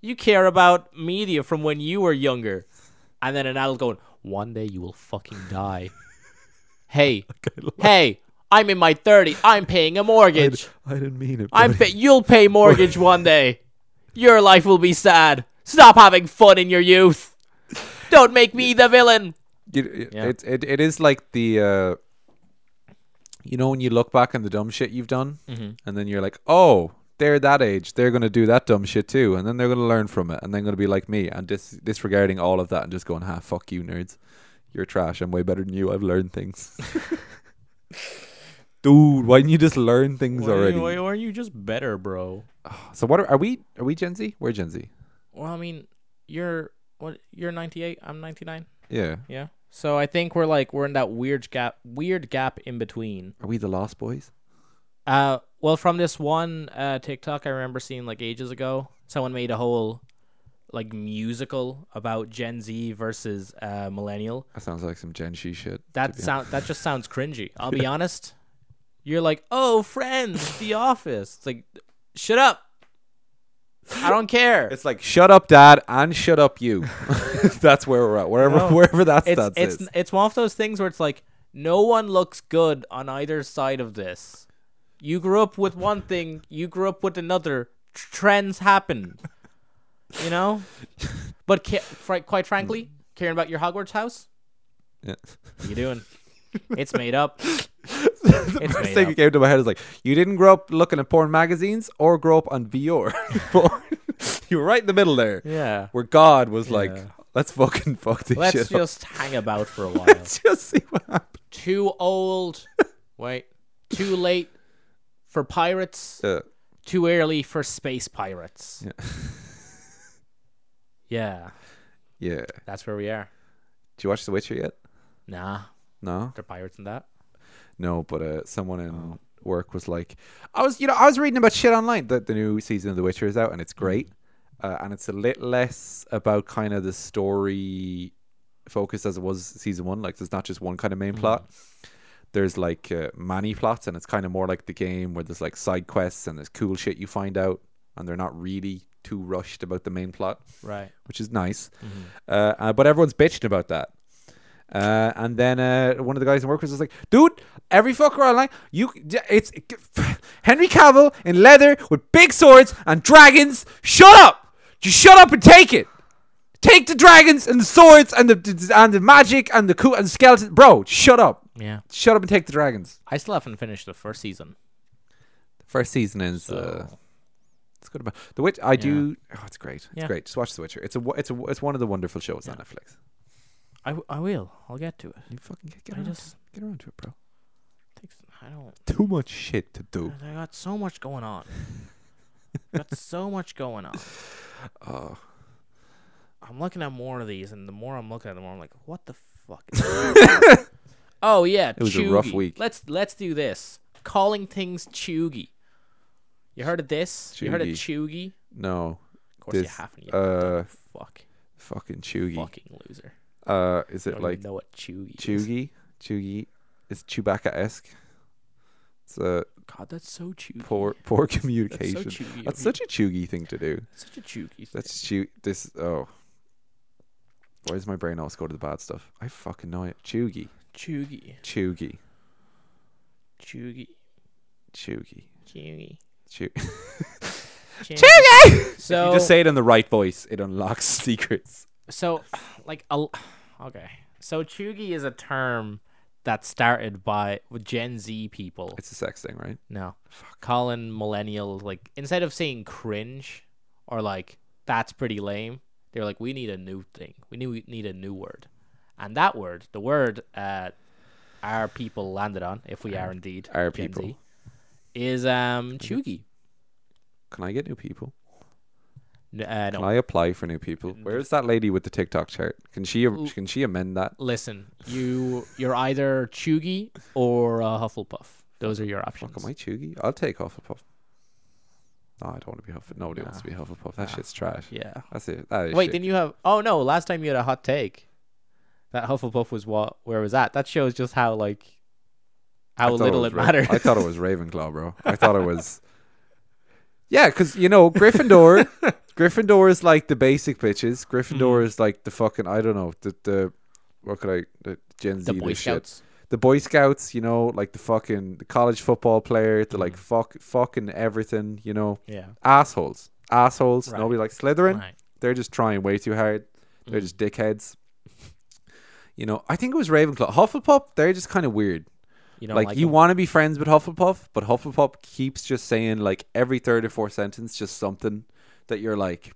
[SPEAKER 1] You care about media from when you were younger. And then an adult going, One day you will fucking die. hey, hey, I'm in my 30s. I'm paying a mortgage.
[SPEAKER 2] I didn't mean it.
[SPEAKER 1] I'm pay- You'll pay mortgage one day. Your life will be sad. Stop having fun in your youth. Don't make me the villain.
[SPEAKER 2] You-
[SPEAKER 1] Yeah.
[SPEAKER 2] it, it it is like the uh you know when you look back on the dumb shit you've done and then you're like oh they're that age they're going to do that dumb shit too and then they're going to learn from it and then going to be like me and dis- disregarding all of that and just going ah fuck you nerds you're trash i'm way better than you i've learned things dude why didn't you just learn things already
[SPEAKER 1] are you just better, bro?
[SPEAKER 2] so what are, are we are we gen z we're gen z
[SPEAKER 1] Well, I mean, you're what? You're 98. I'm 99.
[SPEAKER 2] yeah
[SPEAKER 1] Yeah. So I think we're like we're in that weird gap, weird gap in between.
[SPEAKER 2] are we the lost boys
[SPEAKER 1] Uh, well, from this one uh TikTok I remember seeing like ages ago, someone made a whole like musical about Gen Z versus uh, millennial.
[SPEAKER 2] That sounds like some Gen Shi shit. to
[SPEAKER 1] That
[SPEAKER 2] be
[SPEAKER 1] sound that just sounds cringy. I'll be honest. You're like, oh, Friends, The Office. It's like, shut up. I don't care.
[SPEAKER 2] It's like shut up, dad, and shut up, you. that's where we're at. Wherever,
[SPEAKER 1] No.
[SPEAKER 2] wherever that
[SPEAKER 1] it's
[SPEAKER 2] stats
[SPEAKER 1] it's
[SPEAKER 2] is.
[SPEAKER 1] it's one of those things where it's like no one looks good on either side of this. You grew up with one thing, you grew up with another. Tr- Trends happen, you know. But ca- fri- quite frankly, caring about your Hogwarts house,
[SPEAKER 2] Yeah.
[SPEAKER 1] what you doing? It's made up.
[SPEAKER 2] the
[SPEAKER 1] It's
[SPEAKER 2] first
[SPEAKER 1] made
[SPEAKER 2] thing
[SPEAKER 1] up.
[SPEAKER 2] that came to my head is like, you didn't grow up looking at porn magazines or grow up on Vior. you were right in the middle there,
[SPEAKER 1] Yeah.
[SPEAKER 2] where God was like,
[SPEAKER 1] Yeah.
[SPEAKER 2] let's fucking fuck this
[SPEAKER 1] Let's
[SPEAKER 2] shit. up.
[SPEAKER 1] just hang about for a while.
[SPEAKER 2] Let's just see what happens.
[SPEAKER 1] Too old. Wait. Too late for pirates.
[SPEAKER 2] Uh,
[SPEAKER 1] Too early for space pirates.
[SPEAKER 2] Yeah.
[SPEAKER 1] yeah.
[SPEAKER 2] yeah.
[SPEAKER 1] That's where we are.
[SPEAKER 2] Did you watch The Witcher yet?
[SPEAKER 1] Nah,
[SPEAKER 2] No.
[SPEAKER 1] they're pirates in that.
[SPEAKER 2] No, but uh, someone in work was like, I was, you know, I was reading about shit online that the new season of The Witcher is out and it's great, uh, and it's a little less about kind of the story focus as it was season one. Like, there's not just one kind of main plot. There's like uh, many plots, and it's kind of more like the game where there's like side quests and there's cool shit you find out, and they're not really too rushed about the main plot
[SPEAKER 1] Right.
[SPEAKER 2] which is nice. Uh, uh, but everyone's bitching about that. Uh, and then uh, one of the guys in work was just like, "Dude, every fucker online, you, it's Henry Cavill in leather with big swords and dragons. Shut up! Just shut up and take it. Take the dragons and the swords and the and the magic and the coo and skeletons, bro. Shut up!
[SPEAKER 1] Yeah.
[SPEAKER 2] Shut up and take the dragons."
[SPEAKER 1] I still haven't finished the first season.
[SPEAKER 2] First season is uh, it's good about the witch. I do. Oh, it's great. It's
[SPEAKER 1] Yeah.
[SPEAKER 2] great. Just watch The Witcher. It's a wo- it's a it's one of the wonderful shows on Netflix.
[SPEAKER 1] I, w- I will. I'll get to it.
[SPEAKER 2] You fucking get, get
[SPEAKER 1] I
[SPEAKER 2] around
[SPEAKER 1] just
[SPEAKER 2] to it. Get around to it, bro.
[SPEAKER 1] takes. I don't.
[SPEAKER 2] Too much shit to do.
[SPEAKER 1] I got so much going on. got so much going on.
[SPEAKER 2] Oh.
[SPEAKER 1] I'm looking at more of these, and the more I'm looking at, them, the more I'm like, what the fuck? Is this? oh yeah, it
[SPEAKER 2] was a rough week.
[SPEAKER 1] Let's let's do this. Calling things chuggy. You heard of this? You heard of chuggy?
[SPEAKER 2] No.
[SPEAKER 1] Of course you
[SPEAKER 2] This,
[SPEAKER 1] haven't. You
[SPEAKER 2] Uh,
[SPEAKER 1] fuck,
[SPEAKER 2] fucking Chugi.
[SPEAKER 1] fucking loser.
[SPEAKER 2] Uh, is
[SPEAKER 1] You
[SPEAKER 2] it
[SPEAKER 1] don't
[SPEAKER 2] like
[SPEAKER 1] even know what chuggy? is.
[SPEAKER 2] Chugi? Chugi? It's Chewbacca esque. It's a
[SPEAKER 1] God, that's so chuggy.
[SPEAKER 2] poor poor
[SPEAKER 1] That's so
[SPEAKER 2] communication. That's,
[SPEAKER 1] chuggy. of you.
[SPEAKER 2] such a Chugi thing to do.
[SPEAKER 1] Such a chooky.
[SPEAKER 2] That's chew. This oh. Why does my brain always go to the bad stuff? I fucking know it. Chugi.
[SPEAKER 1] choogy,
[SPEAKER 2] Chugi.
[SPEAKER 1] choogy,
[SPEAKER 2] Chugi.
[SPEAKER 1] choogy.
[SPEAKER 2] Chew-
[SPEAKER 1] Choogy. So
[SPEAKER 2] you just say it in the right voice. It unlocks secrets.
[SPEAKER 1] so like a okay. So choogy is a term that started by with Gen Z people.
[SPEAKER 2] It's a sex thing, right?
[SPEAKER 1] no, calling millennial like instead of saying cringe or like that's pretty lame, they were like we need a new thing. We knew we need a new word, and that word, the word uh, our people landed on, if we are indeed
[SPEAKER 2] Our
[SPEAKER 1] Gen
[SPEAKER 2] people.
[SPEAKER 1] Z, is um choogy.
[SPEAKER 2] Can I get new people?
[SPEAKER 1] N- Uh, no,
[SPEAKER 2] Can I apply for new people? Where's that lady with the TikTok chart? Can she can she amend that?
[SPEAKER 1] Listen, you you're either Chugi or uh, Hufflepuff. Those are your options.
[SPEAKER 2] Fuck, am I chuggy? I'll take Hufflepuff. No, I don't want to be Hufflepuff. Nobody wants to be Hufflepuff. That shit's trash.
[SPEAKER 1] Yeah.
[SPEAKER 2] That's it. That is
[SPEAKER 1] Wait,
[SPEAKER 2] shit.
[SPEAKER 1] didn't you have? Oh no, last time you had a hot take. That Hufflepuff was what? Where it was that? That shows just how like
[SPEAKER 2] I
[SPEAKER 1] how
[SPEAKER 2] thought
[SPEAKER 1] little
[SPEAKER 2] was
[SPEAKER 1] it
[SPEAKER 2] Ra-
[SPEAKER 1] matters.
[SPEAKER 2] I thought it was Ravenclaw, bro. I thought it was. Yeah, because you know Gryffindor. Gryffindor is like the basic bitches. Gryffindor
[SPEAKER 1] Mm-hmm.
[SPEAKER 2] is like the fucking I don't know the the what could I the Gen Z
[SPEAKER 1] the Boy
[SPEAKER 2] this shit.
[SPEAKER 1] Scouts.
[SPEAKER 2] the Boy Scouts, you know, like the fucking the college football player, the like fuck fucking everything, you know,
[SPEAKER 1] Mm-hmm. Yeah.
[SPEAKER 2] assholes, assholes.
[SPEAKER 1] Right.
[SPEAKER 2] Nobody likes Slytherin.
[SPEAKER 1] Right. Mm.
[SPEAKER 2] They're just trying way too hard. They're just dickheads. You know, I think it was Ravenclaw. Hufflepuff, they're just kind of weird.
[SPEAKER 1] You don't
[SPEAKER 2] like,
[SPEAKER 1] like,
[SPEAKER 2] you
[SPEAKER 1] them.
[SPEAKER 2] want to be friends with Hufflepuff, but Hufflepuff keeps just saying like every third or fourth sentence just something that you're like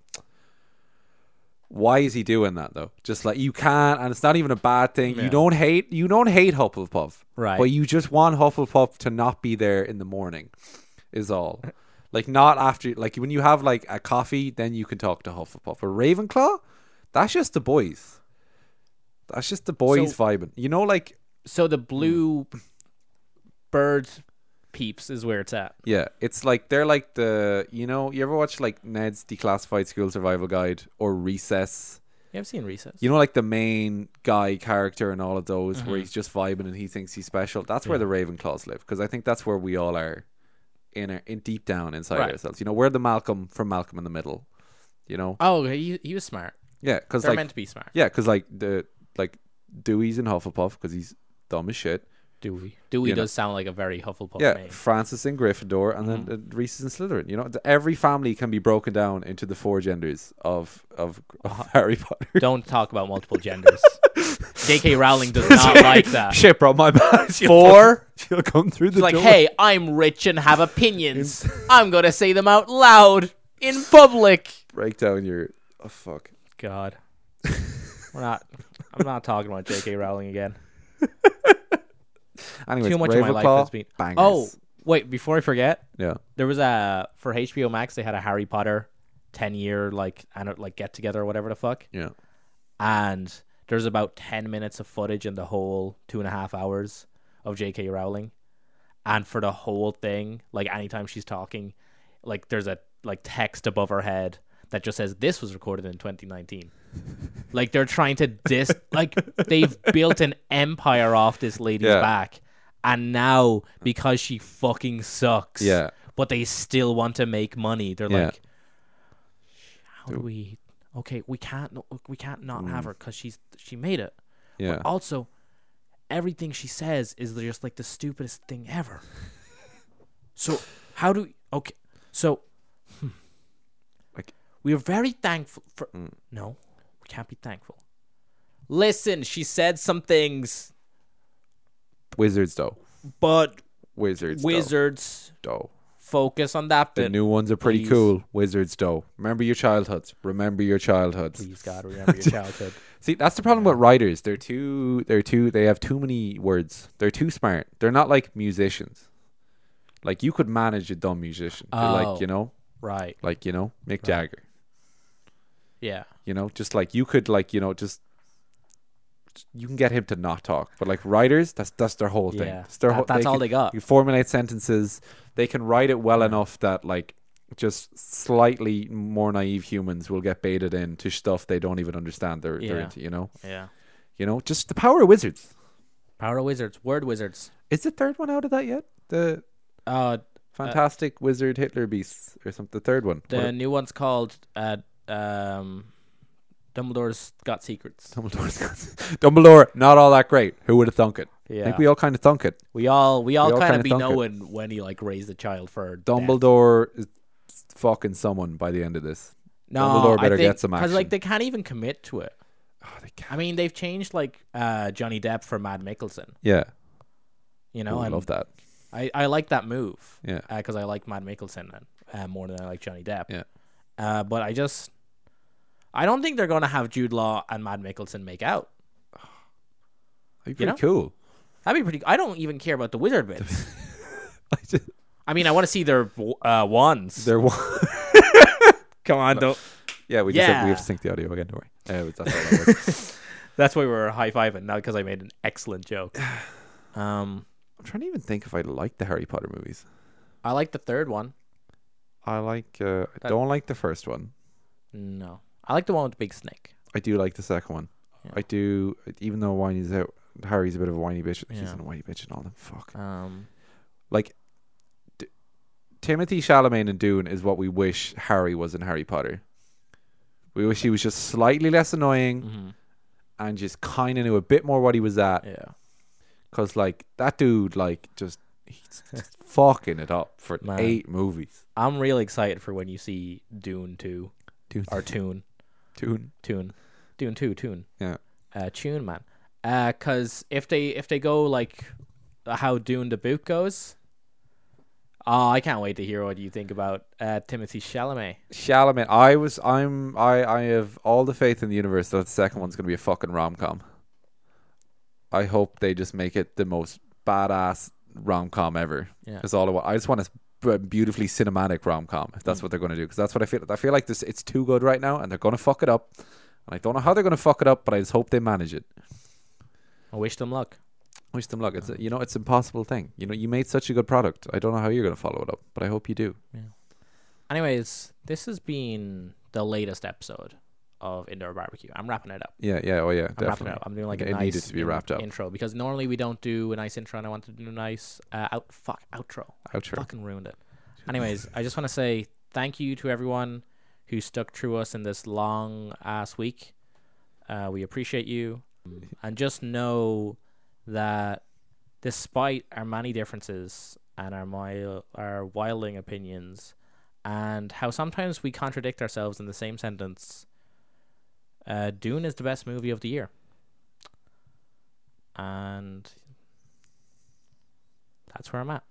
[SPEAKER 2] why is he doing that though? Just like you can't and it's not even a bad thing. You
[SPEAKER 1] Yeah.
[SPEAKER 2] don't hate you don't hate Hufflepuff.
[SPEAKER 1] Right.
[SPEAKER 2] But you just want Hufflepuff to not be there in the morning is all. like not after like when you have like a coffee, then you can talk to Hufflepuff. But Ravenclaw, that's just the boys. That's Hmm. just the boys vibing. You know, like
[SPEAKER 1] so the blue bird peeps is where it's at.
[SPEAKER 2] Yeah, it's like they're like the you know you ever watch like Ned's Declassified School Survival Guide or Recess.
[SPEAKER 1] Yeah, I've seen Recess.
[SPEAKER 2] You know, like the main guy character in all of those, where he's just vibing and he thinks he's special. That's where the Ravenclaws live, because I think that's where we all are, in our, in deep down inside
[SPEAKER 1] Right.
[SPEAKER 2] ourselves. You know, we're the Malcolm from Malcolm in the Middle. You know,
[SPEAKER 1] oh, he, he was smart.
[SPEAKER 2] yeah, because
[SPEAKER 1] They're
[SPEAKER 2] like
[SPEAKER 1] meant to be smart.
[SPEAKER 2] yeah, because like the like Dewey's in Hufflepuff because he's dumb as shit.
[SPEAKER 1] Dewey. Dewey
[SPEAKER 2] You know.
[SPEAKER 1] does sound like a very Hufflepuff
[SPEAKER 2] Yeah,
[SPEAKER 1] name.
[SPEAKER 2] Francis in Gryffindor, and then
[SPEAKER 1] Mm-hmm.
[SPEAKER 2] uh, Reese in Slytherin. You know, th- every family can be broken down into the four genders of of, of Harry Potter.
[SPEAKER 1] Uh-huh. Don't talk about multiple genders. J.K. Rowling does not like that. She's
[SPEAKER 2] Shit, bro, my bad. She'll
[SPEAKER 1] Four?
[SPEAKER 2] come- She'll come through the
[SPEAKER 1] like,
[SPEAKER 2] door.
[SPEAKER 1] hey, I'm rich and have opinions. I'm gonna say them out loud in public.
[SPEAKER 2] break down your. Oh fuck.
[SPEAKER 1] God, we're not. I'm not talking about J.K. Rowling again.
[SPEAKER 2] Anyway,
[SPEAKER 1] Too much of my life has been.
[SPEAKER 2] bangers.
[SPEAKER 1] Oh, wait! Before I forget,
[SPEAKER 2] yeah.
[SPEAKER 1] there was a for HBO Max. They had a Harry Potter ten year like and like get together or whatever the fuck.
[SPEAKER 2] Yeah.
[SPEAKER 1] and there's about 10 minutes of footage in the whole two and a half hours of j.k rowling and for the whole thing like anytime she's talking like there's a like text above her head that just says this was recorded in 2019 like they're trying to dis like they've built an empire off this lady's
[SPEAKER 2] Yeah.
[SPEAKER 1] back and now because she fucking sucks
[SPEAKER 2] Yeah.
[SPEAKER 1] but they still want to make money they're
[SPEAKER 2] Yeah.
[SPEAKER 1] like how do we? Okay, we can't. no- We can't not
[SPEAKER 2] Mm.
[SPEAKER 1] have her because she's she made it.
[SPEAKER 2] Yeah.
[SPEAKER 1] Also, everything she says is just like the stupidest thing ever. so how do? Okay, so hmm.
[SPEAKER 2] Like- Mm.
[SPEAKER 1] we are very thankful for. No, we can't be thankful. Listen, she said some things,
[SPEAKER 2] Wizards though.
[SPEAKER 1] but
[SPEAKER 2] Wizards.
[SPEAKER 1] wizards
[SPEAKER 2] Though.
[SPEAKER 1] focus on that
[SPEAKER 2] The
[SPEAKER 1] bit.
[SPEAKER 2] new ones are pretty
[SPEAKER 1] Please.
[SPEAKER 2] cool. Wizards though. Remember your childhoods. Remember your childhoods.
[SPEAKER 1] Please God, remember your childhood.
[SPEAKER 2] See, that's the problem with writers. They're too they're too they have too many words. They're too smart. They're not like musicians. Like you could manage a dumb musician. They're
[SPEAKER 1] Oh.
[SPEAKER 2] Like, you know,
[SPEAKER 1] Right?
[SPEAKER 2] like, you know, Mick Jagger.
[SPEAKER 1] Yeah.
[SPEAKER 2] You know, just like you could like, you know, just you can get him to not talk. But like writers, that's that's their whole thing.
[SPEAKER 1] Yeah.
[SPEAKER 2] It's their
[SPEAKER 1] That-
[SPEAKER 2] whole-
[SPEAKER 1] that's all
[SPEAKER 2] can-
[SPEAKER 1] they got.
[SPEAKER 2] You formulate sentences. They can write it well enough that like just slightly more naive humans will get baited into stuff they don't even understand they're, they're
[SPEAKER 1] Yeah.
[SPEAKER 2] into, you know?
[SPEAKER 1] Yeah.
[SPEAKER 2] You know, just the power of wizards.
[SPEAKER 1] Power of wizards. Word wizards.
[SPEAKER 2] Is the third one out of that yet? The
[SPEAKER 1] Uh,
[SPEAKER 2] Fantastic Wizard Hitler Beasts or something. The third one.
[SPEAKER 1] the
[SPEAKER 2] What a-
[SPEAKER 1] new one's called uh, um, Dumbledore's Got Secrets.
[SPEAKER 2] Dumbledore's got- Dumbledore, not all that great. Who would have thunk it? I
[SPEAKER 1] Yeah.
[SPEAKER 2] think we all kind of thunk it.
[SPEAKER 1] We all we all,
[SPEAKER 2] all
[SPEAKER 1] kind
[SPEAKER 2] kinda
[SPEAKER 1] of be
[SPEAKER 2] thunk it.
[SPEAKER 1] knowing when he like raised a child for death.
[SPEAKER 2] Dumbledore is fucking someone by the end of this.
[SPEAKER 1] No,
[SPEAKER 2] Dumbledore better
[SPEAKER 1] I think,
[SPEAKER 2] get some
[SPEAKER 1] Because
[SPEAKER 2] action.
[SPEAKER 1] like they can't even commit to it.
[SPEAKER 2] Oh, they can't.
[SPEAKER 1] I mean, they've changed like uh, Johnny Depp for Mad Mickelson.
[SPEAKER 2] Yeah.
[SPEAKER 1] You
[SPEAKER 2] Ooh,
[SPEAKER 1] know,
[SPEAKER 2] I
[SPEAKER 1] and
[SPEAKER 2] love that.
[SPEAKER 1] I I like that move.
[SPEAKER 2] Yeah.
[SPEAKER 1] because I like Mad Mickelson then uh, more than I like Johnny Depp.
[SPEAKER 2] Yeah.
[SPEAKER 1] uh, but I just I don't think they're gonna have Jude Law and Mad Mickelson make out.
[SPEAKER 2] That'd be pretty
[SPEAKER 1] know?
[SPEAKER 2] cool.
[SPEAKER 1] That'd be pretty. I don't even care about the wizard bits.
[SPEAKER 2] I just,
[SPEAKER 1] I mean, I want to see their uh, wands.
[SPEAKER 2] there was.
[SPEAKER 1] Come on, don't.
[SPEAKER 2] Yeah, we just have,
[SPEAKER 1] Yeah.
[SPEAKER 2] we have to sync the audio again. Don't worry. Uh, that's all that works.
[SPEAKER 1] That's why we were high fiving, not because I made an excellent joke. Um,
[SPEAKER 2] I'm trying to even think if I like the Harry Potter movies.
[SPEAKER 1] I like the third one.
[SPEAKER 2] I like. Uh, I don't like the first one.
[SPEAKER 1] No, I like the one with the big snake.
[SPEAKER 2] I do like the second one.
[SPEAKER 1] Yeah.
[SPEAKER 2] I do, even though Whiny's out. Harry's a bit of a whiny bitch. He's
[SPEAKER 1] Yeah.
[SPEAKER 2] a whiny bitch and all them. Fuck.
[SPEAKER 1] Um,
[SPEAKER 2] Like, D- Timothy Chalamet in Dune is what we wish Harry was in Harry Potter. We wish he was just slightly less annoying
[SPEAKER 1] mhm,
[SPEAKER 2] and just kind of knew a bit more what he was at.
[SPEAKER 1] yeah,
[SPEAKER 2] Because, like, that dude, like, just, he's just fucking it up for
[SPEAKER 1] Man.
[SPEAKER 2] eight movies.
[SPEAKER 1] I'm really excited for when you see Dune two
[SPEAKER 2] Dune.
[SPEAKER 1] or Tune
[SPEAKER 2] Dune.
[SPEAKER 1] Tune Dune two Tune
[SPEAKER 2] Yeah.
[SPEAKER 1] uh, Tune man. Uh, cause if they if they go like how Dune the book goes, oh, I can't wait to hear what you think about uh, Timothy Chalamet.
[SPEAKER 2] Chalamet, I was, I'm, I, I have all the faith in the universe that the second one's gonna be a fucking rom com. I hope they just make it the most badass rom com ever.
[SPEAKER 1] Yeah.
[SPEAKER 2] Is all I want. I just want a b- beautifully cinematic rom com. If that's
[SPEAKER 1] Mm.
[SPEAKER 2] what they're gonna do, because that's what I feel. I feel like this, it's too good right now, and they're gonna fuck it up. And I don't know how they're gonna fuck it up, but I just hope they manage it.
[SPEAKER 1] I wish them luck.
[SPEAKER 2] Wish them luck. It's a, you know it's an impossible thing. You know you made such a good product. I don't know how you're going to follow it up, but I hope you do.
[SPEAKER 1] Anyways, this has been the latest episode of Indoor Barbecue. I'm wrapping it up.
[SPEAKER 2] Yeah, yeah, oh yeah,
[SPEAKER 1] I'm wrapping
[SPEAKER 2] definitely.
[SPEAKER 1] it up. I'm doing like a
[SPEAKER 2] It
[SPEAKER 1] nice
[SPEAKER 2] needed to be
[SPEAKER 1] in-
[SPEAKER 2] wrapped up.
[SPEAKER 1] intro because normally we don't do a nice intro, and I want to do a nice uh, out fuck outro.
[SPEAKER 2] Outro.
[SPEAKER 1] Fucking ruined it. Anyways, I just want to say thank you to everyone who stuck through us in this long ass week. Uh, we appreciate you, and just know that despite our many differences and our mile, our wilding opinions, and how sometimes we contradict ourselves in the same sentence, uh, Dune is the best movie of the year. And that's where I'm at.